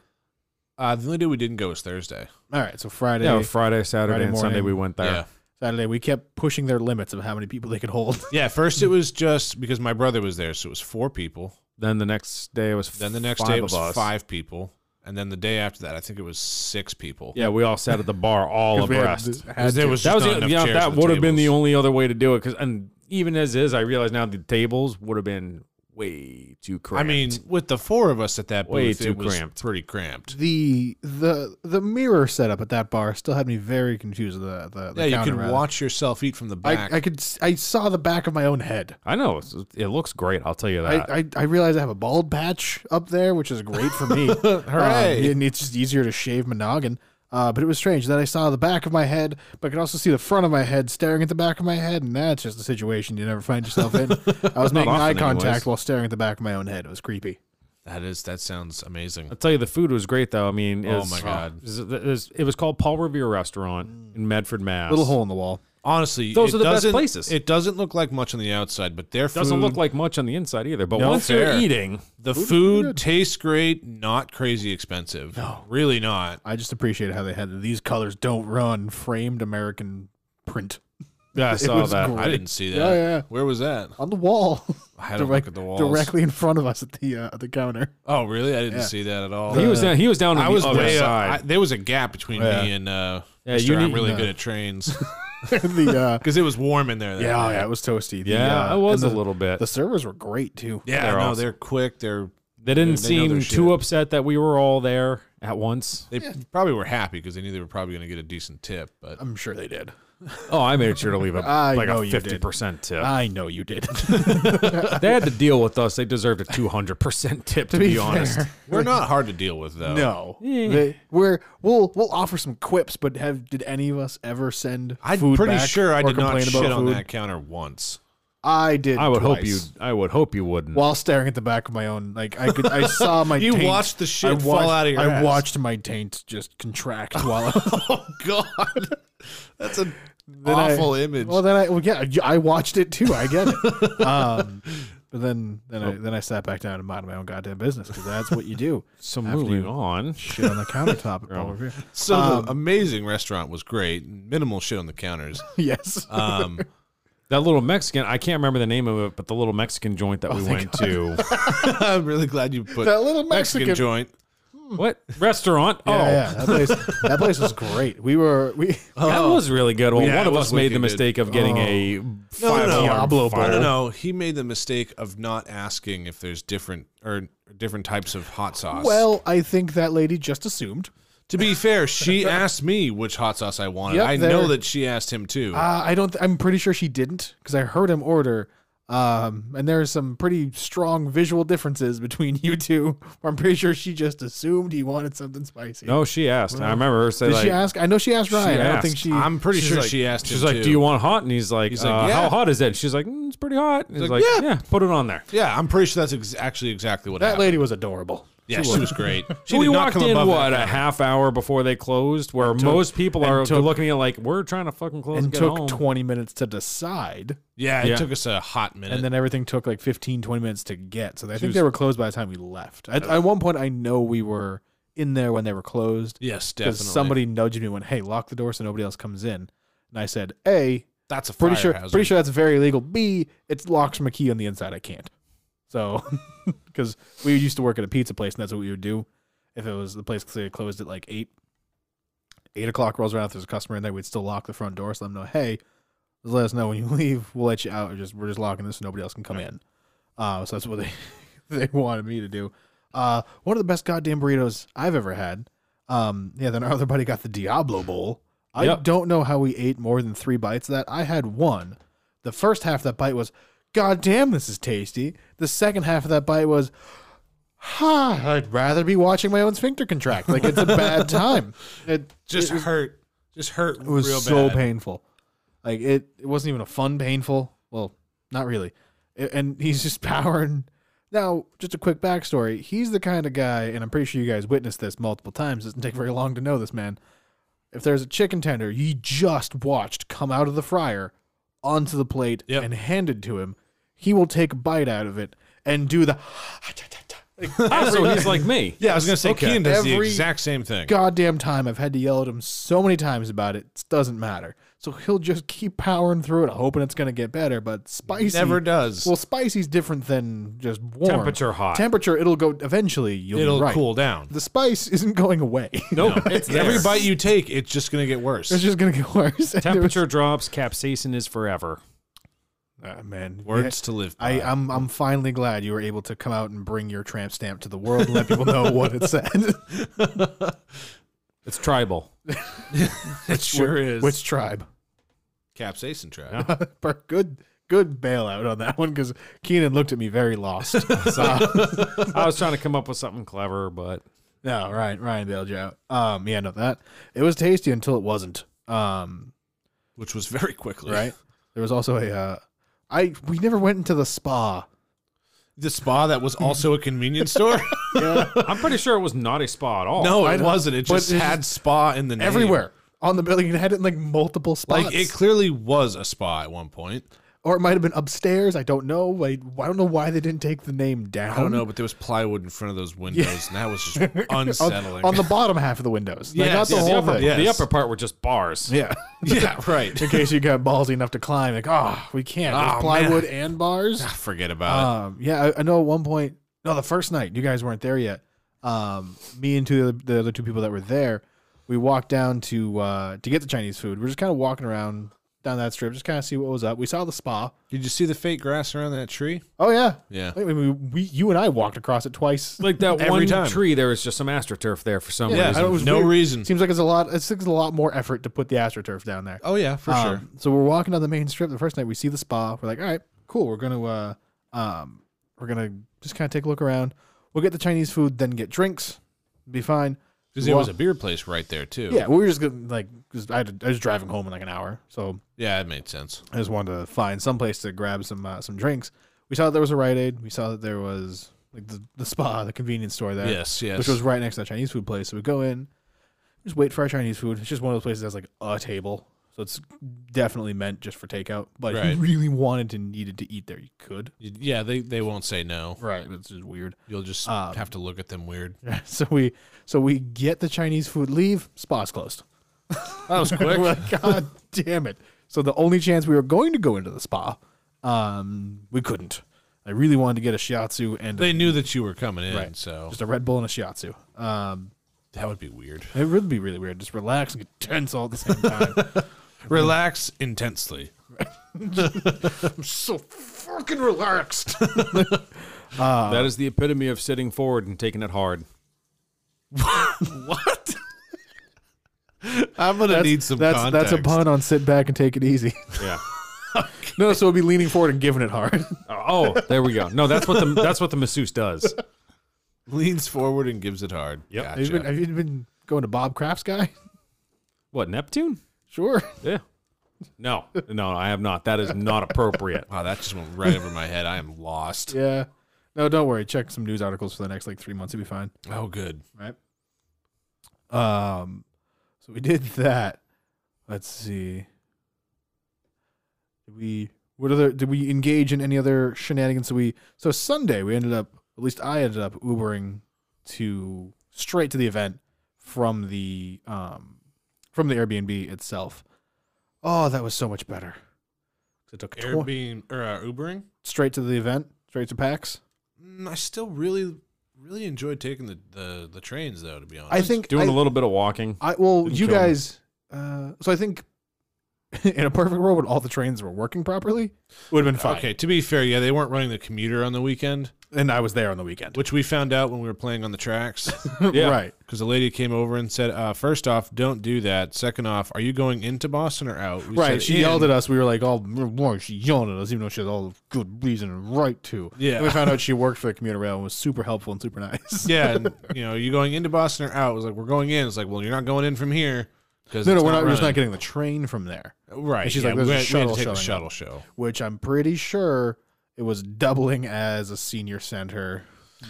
C: Uh, the only day we didn't go was Thursday.
B: All right, so Friday,
A: Yeah, Friday, Saturday,
B: Friday
A: and Sunday
B: morning.
A: we went there.
C: Yeah.
B: Saturday, we kept pushing their limits of how many people they could hold.
C: Yeah. First, it was just because my brother was there, so it was four people.
A: Then the next day was
C: Then the next
A: five
C: day it was
A: of us.
C: five people, and then the day after that, I think it was six people.
A: Yeah, we all sat at the bar, all
B: 'Cause we had
A: abreast.
B: to- had
C: 'Cause there
B: to.
C: was
A: That
C: just
A: was
C: not
A: the-
C: enough
A: yeah,
C: chairs at
A: that
C: the
A: would have been the
C: tables.
A: only other way to do it. Because and even as is, I realize now the tables would have been way too
C: I
A: cramped.
C: mean, with the four of us at that
A: Way
C: booth,
A: too
C: it was
A: cramped.
C: pretty cramped.
B: the the the mirror setup at that bar still had me very confused. The the, the
C: Yeah, you
B: counter,
C: can
B: rather.
C: watch yourself eat from the back.
B: I, I could s- I saw the back of my own head.
A: I know it's, it looks great. I'll tell you
B: I,
A: that.
B: I I realized I have a bald patch up there, which is great for me.
C: Hooray.
B: Um, and it's just easier to shave my noggin. Uh, but it was strange that I saw the back of my head, but I could also see the front of my head staring at the back of my head, and that's just a situation you never find yourself in. I was making
A: often
B: eye
A: anyways.
B: contact while staring at the back of my own head. It was creepy.
C: that is that sounds amazing.
A: I'll tell you, the food was great though. I mean, it
C: Oh
A: was-
C: my God.
A: it was, it was- it was called Paul Revere Restaurant in Medford, Mass.
B: Mm. Little hole in the wall.
C: Honestly,
A: Those
C: it
A: are the best
C: doesn't-
A: places.
C: It doesn't look like much on the outside, but their food
A: doesn't look like much on the inside either. But
C: No,
A: once
C: fair.
A: you're eating,
C: the food tastes great, not crazy expensive. No, really not.
B: I just appreciate how they had the these colors don't run framed American print.
A: yeah, I saw
B: was
A: that.
B: great.
C: I didn't see that.
B: Yeah, yeah.
C: Where was that?
B: on the wall.
C: I had to
B: Direct-
C: look at the walls.
B: directly in front of us at the uh, at the counter.
C: Oh, really? I didn't
B: Yeah.
C: see that at all. Uh,
A: He was down, he was down on
C: I
A: the
C: was
A: other
C: way up.
A: side.
C: I, there was a gap between
B: Yeah.
C: me and uh,
A: Yeah,
C: Mr.
A: you
C: I'm
A: need-
C: really
A: no.
C: good at trains
B: the uh,
C: because it was warm in there. that
B: yeah, oh,
C: night.
B: yeah, it was toasty. The,
A: yeah,
B: uh,
A: I was a
B: and the-
A: little bit.
B: The servers were great too.
C: yeah.
A: They're
C: no,
A: awesome.
C: they're quick. They're
A: They didn't
C: They know
A: seem
C: their
A: too
C: shit.
A: upset that we were all there at once.
B: Um,
C: they probably were happy because they knew they were probably going to get a decent tip. But
B: I'm sure they did.
A: Oh, I made sure to leave a
B: I
A: like
B: know
A: a
B: you did. Uh,
A: fifty percent tip.
B: I know you did.
A: they had to deal with us. They deserved a two hundred percent tip. To, be, honest,
B: fair,
C: We're not hard to deal with though.
B: no,
A: Yeah.
B: They- we're we'll we'll offer some quips, but have did any of us ever send?
C: I'm
B: food
C: pretty
B: back
C: sure I
B: or
C: did not
B: complain
C: shit
B: about
C: on
B: food?
C: that counter once.
B: I did.
A: I would hope
B: twice.
A: you. I would hope you wouldn't.
B: While staring at the back of my own, like I could, I saw my.
C: You
B: taint.
C: watched the shit
B: I
C: fall out of your
B: I
C: ass.
B: watched my taint just contract while. I,
C: Oh God, that's an
B: then I-
C: awful image.
B: Well, then I well yeah, y- I watched it too. I get it. Um, but then then I then I sat back down and minded my own goddamn business because that's what you do.
A: so
B: after
A: moving
B: you-
A: on.
B: Shit on the countertop at Paul Revere.
C: so
B: um,
C: the amazing restaurant was great. Minimal shit on the counters.
B: Yes.
C: Um,
A: That little Mexican, I can't remember the name of it, but the little Mexican joint that we went to.
C: I'm really glad you put
B: that little
C: Mexican,
B: Mexican,
C: joint.
A: what restaurant?
B: Yeah,
A: oh,
B: yeah, that place. That place was great. We were we.
A: that was really good. Well,
C: Yeah,
A: one
C: it
A: of
C: was
A: us made the
C: wicked good.
A: mistake of getting a
C: No,
A: five
C: no, no.
A: alarm
B: Diablo
A: fire.
C: No, no, no. He made the mistake of not asking if there's different or different types of hot sauce.
B: Well, I think that lady just assumed.
C: to be fair, she asked me which hot sauce I wanted.
B: Yep,
C: I
B: there-
C: know that she asked him too.
B: Uh, I don't. Th- I'm pretty sure she didn't because I heard him order. Um, and there's some pretty strong visual differences between you two. Where I'm pretty sure she just assumed he wanted something spicy.
A: No, she asked. I remember her saying,
B: Did she
A: like,
B: ask? I know she asked Ryan. I don't
A: asked.
B: think she.
C: I'm pretty
A: she's
C: sure
A: like-
C: she asked
A: She's
C: him
A: like,
C: too.
A: "Do you want hot?" And he's like,
C: like,
A: uh,
C: "Yeah."
A: "How hot is it?" She's like, "Mm, "It's pretty hot." And he's
C: like,
A: like,
C: "Yeah."
A: "Yeah, put it on there."
C: Yeah, I'm pretty sure that's ex- actually exactly what
B: that
C: happened.
B: lady was adorable.
C: yeah, she was great. She
A: So we
C: did not
A: walked
C: come
A: in
C: above
A: what
C: that
A: a
C: counter.
A: half hour before they closed, where most people
B: and
A: are
B: took-
A: looking at it like, "We're trying to fucking close."
B: And
A: And, get
B: took
A: home."
B: 20 minutes to decide,
C: Yeah, it
A: Yeah.
C: took us a hot minute.
B: and then everything took like 15, 20 minutes to get. So I think
C: was-
B: they were closed by the time we left. At, at one point, I know we were in there when they were closed.
C: yes,
B: because
C: definitely.
B: somebody nudged me and went, "Hey, lock the door so nobody else comes in." And I said, "A,
C: that's a fire
B: pretty sure,
C: hazard.
B: pretty sure that's very illegal. B, it's locks from a key on the inside. I can't." So, because we used to work at a pizza place, and that's what we would do. If it was the place say, closed at like eight, eight o'clock rolls around, if there's a customer in there, we'd still lock the front door, so let them know, "Hey, just let us know when you leave. We'll let you out. Or just we're just locking this so nobody else can come in." Uh, so that's what they they wanted me to do. Uh, one of the best goddamn burritos I've ever had. Um, yeah, then our other buddy got the Diablo Bowl. I
A: Yep.
B: don't know how we ate more than three bites of that. I had one. The first half of that bite was, God damn, this is tasty. The second half of that bite was, ha, I'd rather be watching my own sphincter contract. Like it's a bad time. It
C: just
B: it was,
C: hurt. Just hurt
B: it was
C: real
B: so
C: bad.
B: painful. Like it, it wasn't even a fun painful. Well, not really. A- and he's just powering. Now, just a quick backstory. He's the kind of guy, and I'm pretty sure you guys witnessed this multiple times. It doesn't take very long to know this man. If there's a chicken tender you just watched come out of the fryer onto the plate
C: Yep.
B: and handed to him, he will take a bite out of it and do the
A: Ah, so he's like me.
C: Yeah, I was gonna say
B: Okay.
C: Keenan does the
B: Every-
C: exact same thing.
B: goddamn time. I've had to yell at him so many times about it. It doesn't matter. So he'll just keep powering through it, hoping it's going to get better. But spicy
C: Never does.
B: Well, spicy's different than just warm.
A: Temperature hot.
B: Temperature, it'll go eventually. You'll
C: It'll
B: be right.
C: cool down.
B: The spice isn't going away.
A: Nope, it's there.
C: Every bite you take, it's just gonna get worse.
B: it's just going to get worse. And there
A: Temperature drops. Capsaicin is forever.
B: was- Ah, man,
C: Words to live by.
B: I, I'm I'm finally glad you were able to come out and bring your tramp stamp to the world and let people know what it said.
A: It's tribal.
C: it sure is.
B: Which tribe?
C: capsaicin trap?
B: But good good bailout on that one because Keenan looked at me very lost.
A: I was trying to come up with something clever, but
B: No, Ryan Ryan bailed you out. Um, yeah, no, that it was tasty until it wasn't. Um,
C: Which was very quickly.
B: right. there was also a, uh, I we never went into the spa.
C: The spa that was also a convenience store.
A: I'm pretty sure it was not a spa at all.
C: no,
B: I
C: it
B: don't-
C: wasn't. It
B: but
C: just
B: it
C: had spa in the name.
B: Everywhere on the building, it had it in like multiple spots.
C: Like it clearly was a spa at one point.
B: or it might have been upstairs. I don't know. Like I don't know why they didn't take the name down.
C: I don't know, but there was plywood in front of those windows, and that was just
B: On,
C: unsettling.
B: on the bottom half of the windows, they
C: Yes,
B: got the
C: yes,
A: the,
B: whole
A: upper,
B: thing.
C: yes.
A: the upper part were just bars.
B: Yeah,
C: yeah, right.
B: in case you got ballsy enough to climb, like oh, we can't. There's
C: Oh, man.
B: plywood and bars.
C: Ah, Forget about
B: Um, yeah, I, I know at one point, no, the first night, you guys weren't there yet. Um, me and two of the, the other two people that were there, we walked down to uh, to get the Chinese food. We're just kind of walking around down that strip, just kind of see what was up. We saw the spa.
C: Did you see the fake grass around that tree?
B: Oh yeah,
C: Yeah.
B: I mean, we, we you and I walked across it twice.
A: Like that
C: Every
A: one
C: time.
A: tree, there was just some astroturf there for some
B: Yeah, I
A: reason.
B: don't- it was
C: no
B: weird.
C: reason.
B: Seems like it's a lot. It takes a lot more effort to put the astroturf down there.
C: Oh yeah, for
B: Um,
C: sure.
B: So we're walking down the main strip. The first night we see the spa. We're like, all right, cool. We're gonna uh, um, we're gonna just kind of take a look around. We'll get the Chinese food, then get drinks. Be fine.
C: Because there was
B: wa-
C: a beer place right there too.
B: Yeah, we were just gonna like, 'cause I, had to- I was driving home in like an hour, so
C: Yeah, it made sense.
B: I just wanted to find some place to grab some uh, some drinks. We saw that there was a Rite Aid. We saw that there was like the, the spa, the convenience store there,
C: Yes, yes.
B: which was right next to that Chinese food place. So we go in, just wait for our Chinese food. It's just one of those places that's like a table, so it's definitely meant just for takeout. But
C: Right.
B: if you really wanted and needed to eat there, you could.
C: yeah, they they won't say no.
B: Right, it's just weird.
C: You'll just
B: Um,
C: have to look at them weird.
B: so we so we get the Chinese food, leave, spa's closed.
A: that was quick.
B: We're like, God damn it. So the only chance we were going to go into the spa, um, we couldn't. I really wanted to get a shiatsu and
C: They knew that you were coming in,
B: Right.
C: so
B: just a Red Bull and a shiatsu. Um,
C: that would be weird.
B: it would be really weird. Just relax and get tense all at the same time.
C: Relax intensely.
B: so fucking relaxed.
A: that is the epitome of sitting forward and taking it hard.
C: what? I'm gonna need some
B: that's,
C: context.
B: that's a pun on sit back and take it easy.
A: Yeah.
B: no, so it'd be leaning forward and giving it hard.
A: oh, oh, there we go. No, that's what the that's what the masseuse does.
C: Leans forward and gives it hard.
A: Yep.
C: Gotcha.
B: have, you been, have you been going to Bob Kraft's guy?
A: What Neptune?
B: Sure.
A: Yeah. No, no, I have not. That is not appropriate.
C: wow, that just went right over my head. I am lost.
B: Yeah. No, don't worry. Check some news articles for the next like three months. It'll be fine.
C: Oh, good.
B: right? Um, so we did that. Let's see. Did we what other did we engage in any other shenanigans? So we so Sunday we ended up at least I ended up Ubering to straight to the event from the um from the Airbnb itself. Oh, that was so much better. 'Cause It took twen-
C: Airbnb or uh, Ubering.
B: straight to the event, straight to PAX.
C: Mm, I still really, really enjoyed taking the, the, the trains though. To be honest,
B: I think
A: Doing
B: I-
A: a little bit of walking.
B: I well,
A: Didn't
B: you
A: kill 'em.
B: guys. Uh, so I think in a perfect world, when all the trains were working properly, would have been fine.
C: Okay, to be fair, yeah, they weren't running the commuter on the weekend,
B: And I was there on the weekend.
C: which we found out when we were playing on the tracks.
A: Yeah.
B: Right.
C: Because a lady came over and said, uh, first off, don't do that. Second off, are you going into Boston or out? We
B: Right.
C: said,
B: She
C: "In."
B: yelled at us. We were like, "Oh, boy, she yelled at us," even though she had all the good reason and right to.
C: Yeah.
B: And we found out she worked for the commuter rail and was super helpful and super nice.
C: Yeah, and, you know, you going into Boston or out? It was like, we're going in. It's like, well, you're not going in from here. Cause
B: No, no,
C: it's
B: we're not. We're just not
C: running.
B: getting the train from there,
C: Right.
B: And she's
C: yeah,
B: like,
C: we
B: "There's a
C: had- we had to
B: shuttle
C: take the
B: showing
C: shuttle show.
B: which I'm pretty sure it was doubling as a senior center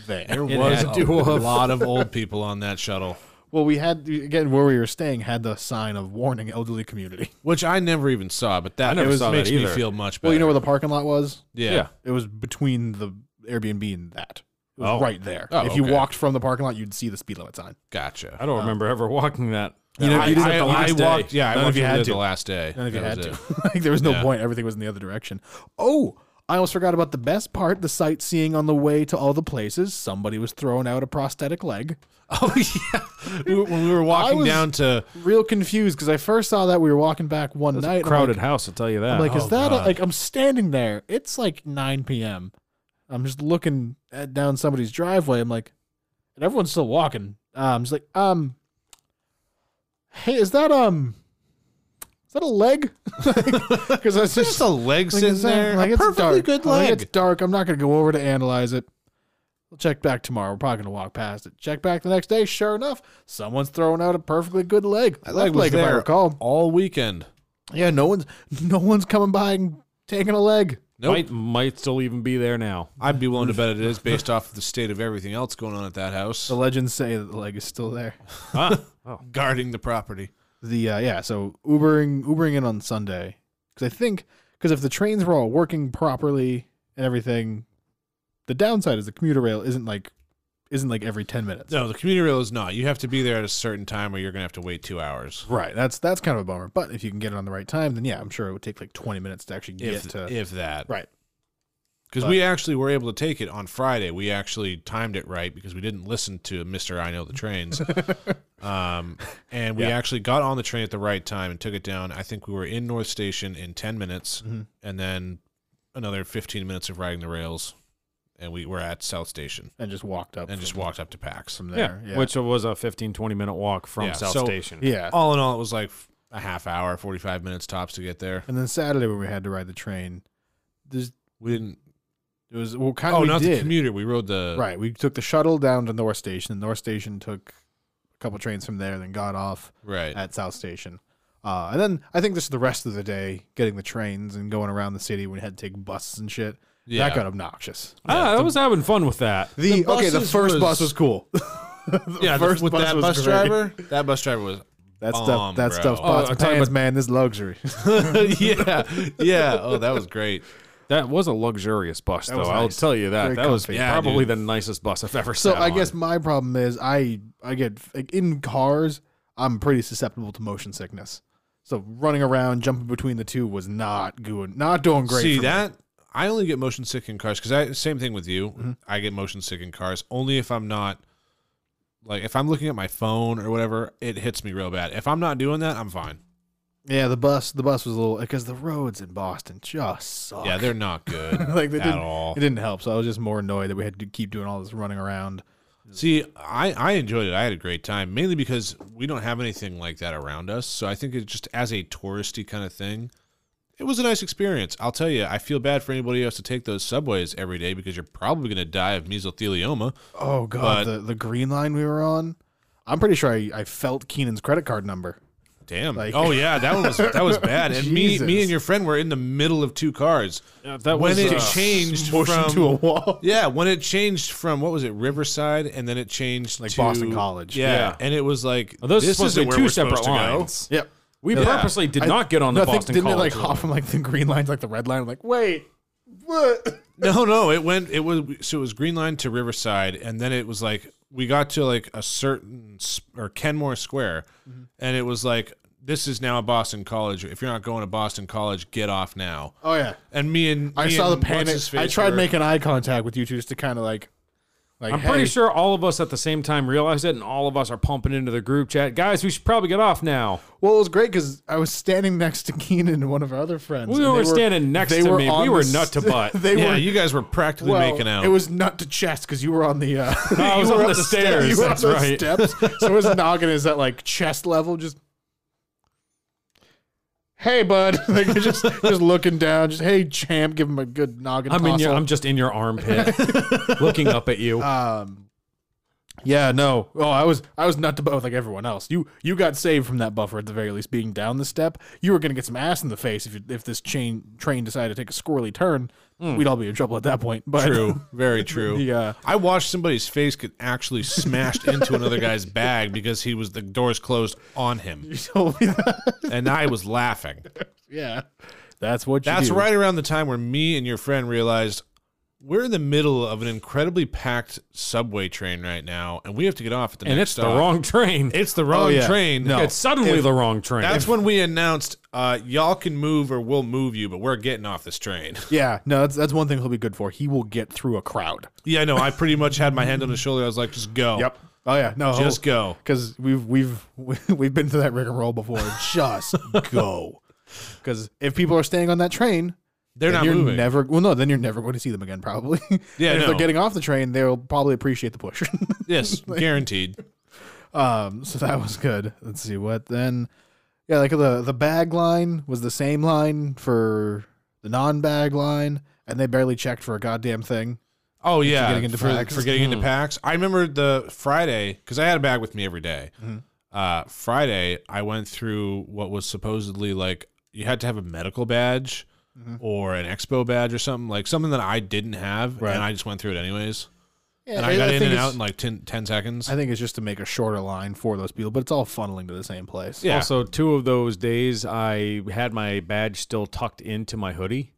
C: There
B: there.
C: was
A: had
C: a
A: to have.
C: lot of old people on that shuttle,
B: well, we had again where we were staying had the sign of warning elderly community.
C: which I never even saw, but that
A: I never
C: it was-
A: saw that
C: makes me
A: either.
C: feel much better.
B: Well, you know where the parking lot was?
C: yeah.
A: Yeah.
B: It was between the Airbnb and that. It was
A: Oh.
B: right there.
C: Oh,
B: if you
C: okay.
B: walked from the parking lot, you'd see the speed limit sign.
C: Gotcha.
A: I don't remember ever walking that.
B: You know,
C: I,
B: you didn't
C: I-
B: have to
C: I
A: last day.
C: walked. Yeah, I
B: None of
C: walked
B: you
C: over
B: had
C: there
B: to.
C: the last day.
B: None of you
C: That
B: had
C: was
B: to.
C: it.
B: like there was no
C: Yeah.
B: point. Everything was in the other direction. Oh, I almost forgot about the best part: the sightseeing on the way to all the places. Somebody was throwing out a prosthetic leg.
C: Oh yeah, we, when we were walking
B: was-
C: down to
B: Real confused because I first saw that we were walking back one night. and I'm
A: Crowded
B: like-
A: house, I'll tell you that.
B: I'm like,
C: Oh,
B: is that a,
C: God.
B: like I'm standing there? It's like 9 p.m. I'm just looking at, down somebody's driveway. I'm like, and everyone's still walking. Uh, I'm just like, um, hey, is that um, is that a leg? Because I was
C: just
B: just
C: a leg
B: like,
C: sitting
B: is that-
C: there,
B: like,
C: a
B: it's
C: perfectly
B: dark.
C: good
B: I'm like,
C: leg.
B: it's dark. I'm not gonna go over to analyze it. We'll check back tomorrow. We're probably gonna walk past it. Check back the next day. Sure enough, someone's throwing out a perfectly good leg.
C: That
B: Left
C: leg was
B: if I
C: there.
B: recall.
C: All weekend,
B: Yeah, no one's no one's coming by and taking a leg.
C: nope.
A: might might still even be there now.
C: I'd be willing to bet it is based off of the state of everything else going on at that house,
B: The legends say that the leg is still there.
A: Ah,
B: Oh,
C: guarding the property.
B: The uh, yeah, so Ubering Ubering in on Sunday because I think because if the trains were all working properly and everything, the downside is the commuter rail isn't like isn't like every ten minutes.
C: No, the community rail is not. You have to be there at a certain time, or you're gonna have to wait two hours.
B: Right, that's that's kind of a bummer. But if you can get it on the right time, then yeah, I'm sure it would take like 20 minutes to actually get
C: If
B: to
C: if that,
B: right.
C: Because we actually were able to take it on Friday. We actually timed it right because we didn't listen to Mister I Know the Trains, um, and we actually got on the train at the right time and took it down. I think we were in North Station in ten minutes, and then another fifteen minutes of riding the rails, and we were at South Station
B: and just walked up
C: and just
B: from,
C: walked up to PAX.
B: from
A: Yeah,
B: there. Yeah,
A: which was a 15, 20 minute walk from
C: Yeah,
A: South
C: so-
A: Station.
B: yeah.
C: All in all, it was like a half hour, forty five minutes tops to get there.
B: And then Saturday when we had to ride the train, there's
C: We didn't.
B: it was well kind of
C: Oh,
B: we
C: not
B: did.
C: the commuter. We rode the
B: Right. We took the shuttle down to North Station. North Station took a couple trains from there, then got off
C: right.
B: at South Station. Uh, and then I think this is the rest of the day getting the trains and going around the city. We had to take buses and shit.
C: Yeah.
B: That got obnoxious.
A: Ah, I was having fun with that.
B: The, okay, the
C: buses
B: first
C: was-
B: bus was cool. the
C: yeah, the- with that
B: was
C: bus
B: great.
C: driver. That bus driver was
B: That
C: bomb,
B: stuff. That
C: bro.
B: stuff's
A: Oh,
B: pants,
A: I'm talking about-
B: man. This is luxury.
C: yeah, yeah. Oh, that was great.
A: That was a luxurious bus, though.
B: was
A: I'll
B: nice.
A: tell you that.
B: Very
A: that was
B: comfy.
C: Yeah,
A: probably
C: dude.
A: the nicest bus I've ever
B: So
A: sat
B: I
A: on.
B: guess my problem is I I get like, in cars I'm pretty susceptible to motion sickness. So running around, jumping between the two was not good, not doing great.
C: See
B: for me.
C: that? I only get motion sick in cars because I same thing with you.
B: Mm-hmm.
C: I get motion sick in cars only if I'm not like if I'm looking at my phone or whatever. It hits me real bad. If I'm not doing that, I'm fine.
B: Yeah, the bus the bus was a little because the roads in Boston just suck.
C: Yeah, they're not good
B: like they
C: at
B: didn't,
C: all.
B: it didn't help. So I was just more annoyed that we had to keep doing all this running around.
C: See, I I enjoyed it. I had a great time mainly because we don't have anything like that around us. So I think it's just as a touristy kind of thing. It was a nice experience. I'll tell you, I feel bad for anybody else to take those subways every day because you're probably going to die of mesothelioma.
B: Oh god,
C: But-
B: the, the green line we were on. I'm pretty sure I, I felt Keenan's credit card number.
C: Damn.
B: Like-
C: oh yeah, that one was that was bad. And me
B: Jesus.
C: me and your friend were in the middle of two cars.
A: Yeah, that
C: when
A: was,
C: it
A: uh,
C: changed
B: Motion
C: from
B: to a wall.
C: Yeah, when it changed from what was it, Riverside, and then it changed
B: Like
C: to
B: Boston College.
C: Yeah,
A: Yeah.
C: and it was like
A: Those are
C: this
A: supposed to
C: isn't
A: be
C: where
A: two
C: we're
A: separate
C: supposed to go.
A: lines.
B: Yep.
A: We purposely did
B: I-
A: not get on the
B: no, I think-
A: Boston
B: didn't
A: College.
B: it like hop
A: line.
B: from like the green line to like the red line? I'm like, wait, what?
C: No, no, it went. It was so it was Green Line to Riverside, and then it was like we got to like a certain s- or Kenmore Square, and it was like this is now a Boston College. If you're not going to Boston College, get off now.
B: Oh yeah,
C: And me and
B: I
C: me
B: saw the
C: and
B: panic.
C: what's-his-face
B: I tried
C: were-
B: making eye contact with you two just to kind of like, like
A: I'm pretty
B: hey.
A: sure all of us at the same time realized it, and all of us are pumping into the group chat. Guys, we should probably get off now.
B: Well, it was great because I was standing next to Keenan and one of our other friends.
A: We
B: and they
A: were standing next
B: they
A: to me.
B: on
A: We were
B: the
A: nut to
B: st-
A: butt.
B: they
C: Yeah,
B: were
C: you guys were practically
B: well,
C: making out.
B: It was nut to chest because you were on the. Uh,
A: I
B: you
A: was
B: were
A: on
B: up
A: the stairs,
B: you were
A: that's
B: on the
A: right.
B: Steps. So his noggin is at like chest level. Just. Hey, bud. Like you're just just looking down. Just hey, champ. Give him a good noggin.
A: I'm in your,
B: tossle.
A: I'm just in your armpit, looking up at you.
B: Um, yeah, no. Oh, I was I was nut to butt with like everyone else. You you got saved from that buffer at the very least, being down the step. You were gonna get some ass in the face if you, if this chain train decided to take a squirrely turn. We'd all be in trouble at that point. But
C: Hmm. True, very true.
B: The, uh,
C: I watched somebody's face get actually smashed into another guy's bag because he was the doors closed on him,
B: you told me that.
C: and I was laughing.
B: yeah, that's what. You
C: That's
B: do.
C: right around the time where me and your friend realized we're in the middle of an incredibly packed subway train right now, and we have to get off at the
A: and
C: next
A: it's the
C: stop.
A: wrong train.
C: It's the wrong
B: yeah.
C: train.
B: No.
A: it's suddenly the wrong train.
C: That's when we announced, uh, y'all can move or we'll move you, but we're getting off this train.
B: Yeah, no, that's that's one thing he'll be good for. He will get through a crowd.
C: yeah, no, I pretty much had my hand on his shoulder. I was like, just go.
B: Oh yeah, no,
C: Just go.
B: because we've we've we've been through that rig and roll before. Just go. Because if people are staying on that train,
C: They're
B: then
C: not
B: you're
C: moving.
B: never well no then you're never going to see them again probably
C: Yeah,
B: And if they're
C: no.
B: getting off the train they'll probably appreciate the push
C: yes, guaranteed.
B: um so that was good let's see what then yeah like the the bag line was the same line for the non-bag line and they barely checked for a goddamn thing
C: Oh yeah,
B: getting into
C: for,
B: packs. Hmm.
C: for getting into packs. I remember the Friday because I had a bag with me every day.
B: Mm-hmm.
C: Uh, Friday, I went through what was supposedly like you had to have a medical badge
B: Mm-hmm.
C: or an expo badge or something like something that I didn't have,
B: Right.
C: and I just went through it anyways.
B: yeah,
C: and I got in
B: think
C: and
B: it's-
C: out in like 10, 10 seconds.
B: I think it's just to make a shorter line for those people but it's all funneling to the same place
C: yeah,
A: Also, two of those days, I had my badge still tucked into my hoodie.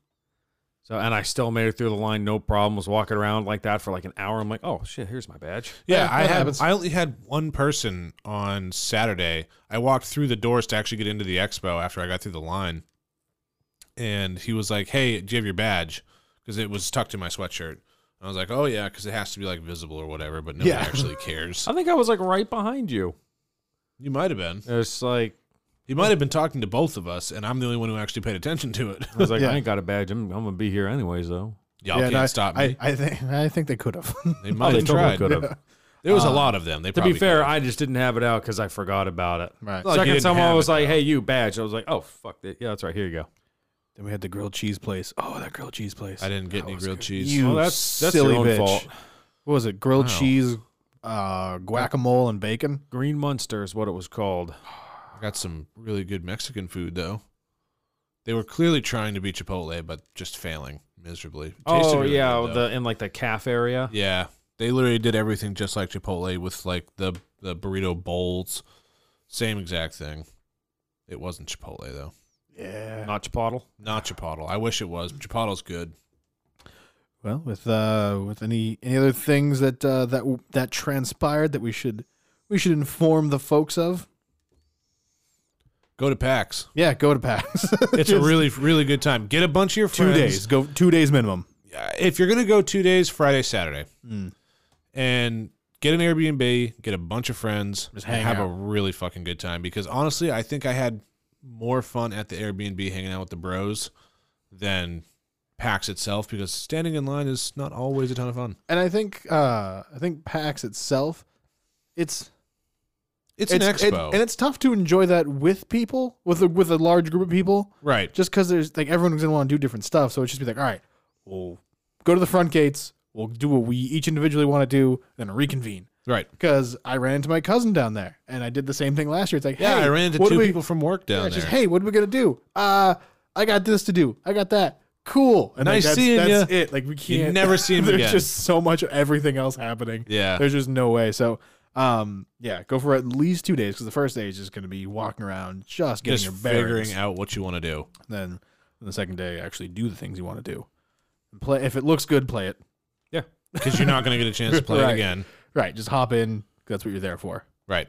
A: So, and I still made it through the line, no problem. Was walking around like that for like an hour. I'm like, oh shit, here's my badge.
C: yeah.
B: yeah,
C: I
B: that
C: had
B: happens.
C: I only had one person on Saturday. I walked through the doors to actually get into the expo after I got through the line, and he was like, "Hey, do you have your badge?" because it was tucked in my sweatshirt. I was like, oh yeah, because it has to be like visible or whatever, but no
B: Yeah.
C: one actually cares.
A: I think I was like right behind you.
C: You might have been.
A: It's like
C: He might have been talking to both of us, and I'm the only one who actually paid attention to it.
A: I was like,
B: Yeah.
A: I ain't got a badge. I'm, I'm gonna be here anyways, though.
C: Y'all
B: Yeah,
C: can't
B: no,
C: stop me.
B: I, I think I think they could have.
C: they might
A: they
C: have
A: totally
C: tried.
A: could have.
C: There was a lot of them. They
A: To be
C: probably
A: fair,
C: could've.
A: I just didn't have it out because I forgot about it.
B: right.
C: Like, you
A: Second,
C: didn't
A: someone
C: have
A: was
C: it,
A: like,
C: though.
A: "Hey, you badge." I was like, "Oh fuck it. yeah, that's right. Here you go."
B: Then we had the grilled cheese place. Oh, that grilled cheese place.
C: I didn't get any grilled cheese.
B: You
A: Well, that's- that's your
B: silly
A: own
B: bitch.
A: fault.
B: What was it? Grilled
C: Wow.
B: cheese, uh, guacamole, and bacon.
A: Green Munster is what it was called.
C: I got some really good Mexican food though. They were clearly trying to be Chipotle, but just failing miserably. It tasted
A: oh
C: really
A: yeah,
C: good, though.
A: the in like the calf area.
C: yeah. They literally did everything just like Chipotle with like the the burrito bowls, same exact thing. It wasn't Chipotle though.
B: Yeah.
A: Not Chipotle.
C: Not Chipotle. I wish it was. Chipotle's good.
B: well, with uh, with any any other things that uh, that w- that transpired that we should we should inform the folks of.
C: Go to PAX.
B: Yeah, go to PAX.
C: It's a
B: Just
C: really really good time. Get a bunch of your
B: two
C: friends.
B: days. Go two days minimum.
C: Uh, If you're gonna go two days, Friday, Saturday,
B: Mm.
C: and get an Airbnb, get a bunch of friends,
B: Just hang
C: and have
B: out.
C: a really fucking good time. Because honestly, I think I had more fun at the Airbnb hanging out with the bros than PAX itself because standing in line is not always a ton of fun.
B: And I think uh, I think PAX itself, it's
C: It's, an
B: it-
C: expo,
B: and it's tough to enjoy that with people with a, with a large group of people.
C: right?
B: just because there's like everyone's gonna want to do different stuff. So it's just be like, all right, we'll go to the front gates. We'll do what we each individually want to do, then reconvene.
C: Right.
B: Because I ran into my cousin down there, and I did the same thing last year. It's like,
C: Yeah,
B: hey,
C: I ran into
B: what do
C: two
B: we,
C: people from work
B: Yeah,
C: down
B: it's
C: there.
B: just, hey, what are we gonna do? Uh, I got this to do. I got that. Cool. And
C: Nice
B: like, that's,
C: seeing
B: that's it. Like we
C: You
B: can't
C: never see 'em
B: There's
C: again.
B: just so much of everything else happening.
C: yeah,
B: There's just no way. So. Um. Yeah. Go for at least two days because the first day is just going to be walking around, just getting
C: just
B: your bearings
C: figuring out what you want to do.
B: then the second day actually do the things you want to do. And play if it looks good, play it.
C: Because you're not going to get a chance to play
B: Right.
C: it again,
B: Right, just hop in. That's what you're there for.
C: right?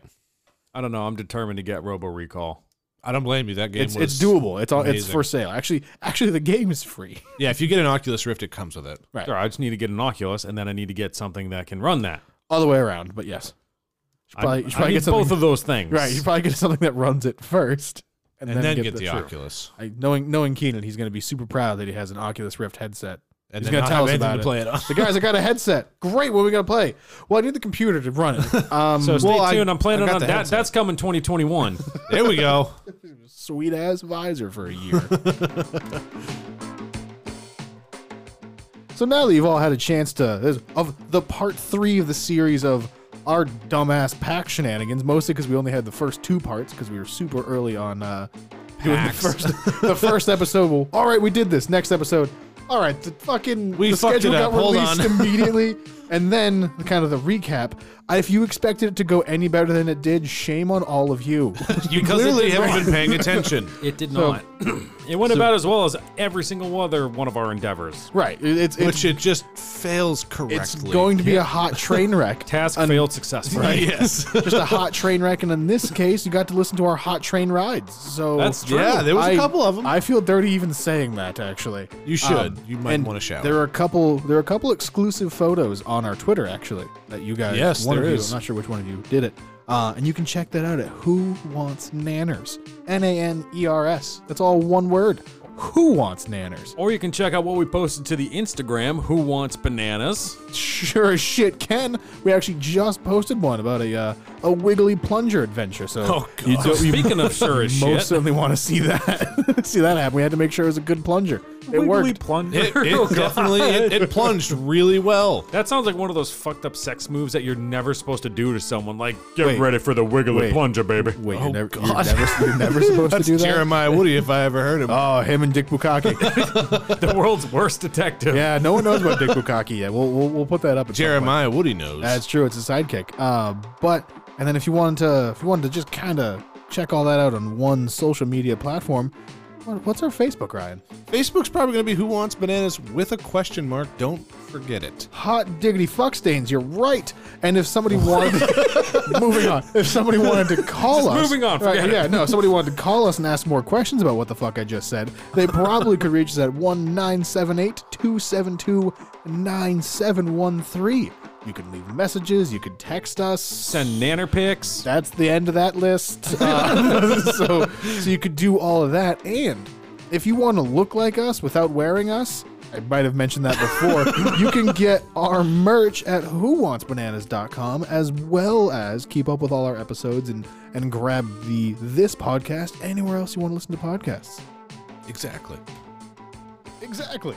A: I don't know. I'm determined to get Robo Recall.
C: I don't blame you. That game
B: It's
C: was
B: it's doable. It's all it's
C: amazing.
B: for sale. Actually, actually the game is free.
C: Yeah, if you get an Oculus Rift, it comes with it.
A: Sure, I just need to get an Oculus, and then I need to get something that can run that.
B: All the way around, but yes. You should
A: I-
B: probably, you
A: I,
B: should probably
A: need
B: get something,
A: both of those things.
B: Right, you should probably get something that runs it first.
C: And, then, get, the,
B: true.
C: Oculus.
B: I, knowing knowing Keenan, he's gonna be super proud that he has an Oculus Rift headset.
C: And
B: He's
C: then not
B: gonna tell
C: have
B: us
C: anything
B: about
C: to
B: it.
C: play it on.
B: The guys, I got a headset. Great, what are we gonna play? Well, I need the computer to run it. Um,
A: So stay
B: well, I-
A: tuned. I, am
B: I
A: planning
B: got
A: on
B: the
A: that.
B: headset.
A: That's coming 2021.
C: There we go.
B: sweet ass visor for a year. so now that you've all had a chance to this- of the part three of the series of our dumbass pack shenanigans, mostly because we only had the first two parts because we were super early on uh, doing the
C: Packs.
B: first the first episode. Well, all right, we did this. Next episode. All right, the fucking
C: We
B: the
C: fucked
B: schedule
C: it
B: got
C: up. Hold
B: released
C: on.
B: immediately, and then kind of the recap. If you expected it to go any better than it did, shame on all of you.
C: You clearly haven't been paying attention.
A: it did not. it went about as well as every single other one of our endeavors.
B: right? It, it's it's
C: Which it just fails correctly.
B: It's going to be a hot train wreck.
A: Task failed successfully.
C: Yes.
B: Just a hot train wreck, and in this case, you got to listen to our hot train rides. So
A: That's true.
C: yeah, there was a
B: I-
C: couple of them.
B: I feel dirty even saying that. Actually, Um,
C: you should. you might
B: and
C: want to shower.
B: There are a couple. There are a couple exclusive photos on our Twitter actually that you guys.
C: Yes,
B: one
C: there
B: of
C: is.
B: You, I'm not sure which one of you did it, uh, and you can check that out at Who Wants Nanners. N A N E R S. That's all one word. Who wants nanners?
A: Or you can check out what we posted to the Instagram. Who wants bananas?
B: Sure as shit can. We actually just posted one about a uh, a wiggly plunger adventure. So
C: Oh, God.
B: you don't- you
A: Speaking of sure as
B: most
A: shit,
B: certainly want to see that see that happen. We had to make sure it was a good plunger. It worked.
A: Plunger.
C: it it
A: Oh, God.
C: definitely it, it plunged really well.
A: That sounds like one of those fucked up sex moves that you're never supposed to do to someone. Like, get
B: Wait.
A: ready for the wiggly
B: Wait.
A: plunger, baby.
B: Wait,
C: Oh,
B: you're, never, you're
C: God.
B: never you're never supposed to do that.
C: Jeremiah Woody, if I ever heard him.
B: Oh, him and Dick Bukaki.
A: The world's worst detective.
B: yeah, no one knows about Dick Bukaki yet. We'll we'll, we'll put that up. at some point.
C: Jeremiah Woody knows.
B: That's true. It's a sidekick. Uh, but and then if you wanted to, if you wanted to just kind of check all that out on one social media platform, What- What's our Facebook, Ryan?
C: Facebook's probably going to be who wants bananas with a question mark. Don't forget it.
B: Hot diggity fuck stains. You're right. And if somebody wanted, moving on. If somebody wanted to call
A: Just
B: us,
A: moving on,
B: Right,
A: forget it.
B: yeah, no. If somebody wanted to call us and ask more questions about what the fuck I just said, they probably could reach us at one nine seven eight two seven two nine seven one three. You can leave messages. You can text us.
A: Send nanner pics.
B: that's the end of that list. Uh, so, so you could do all of that, and if you want to look like us without wearing us, I might have mentioned that before. you can get our merch at whowantsbananas.com, as well as keep up with all our episodes and and grab the this podcast anywhere else you want to listen to podcasts.
C: Exactly.
B: Exactly.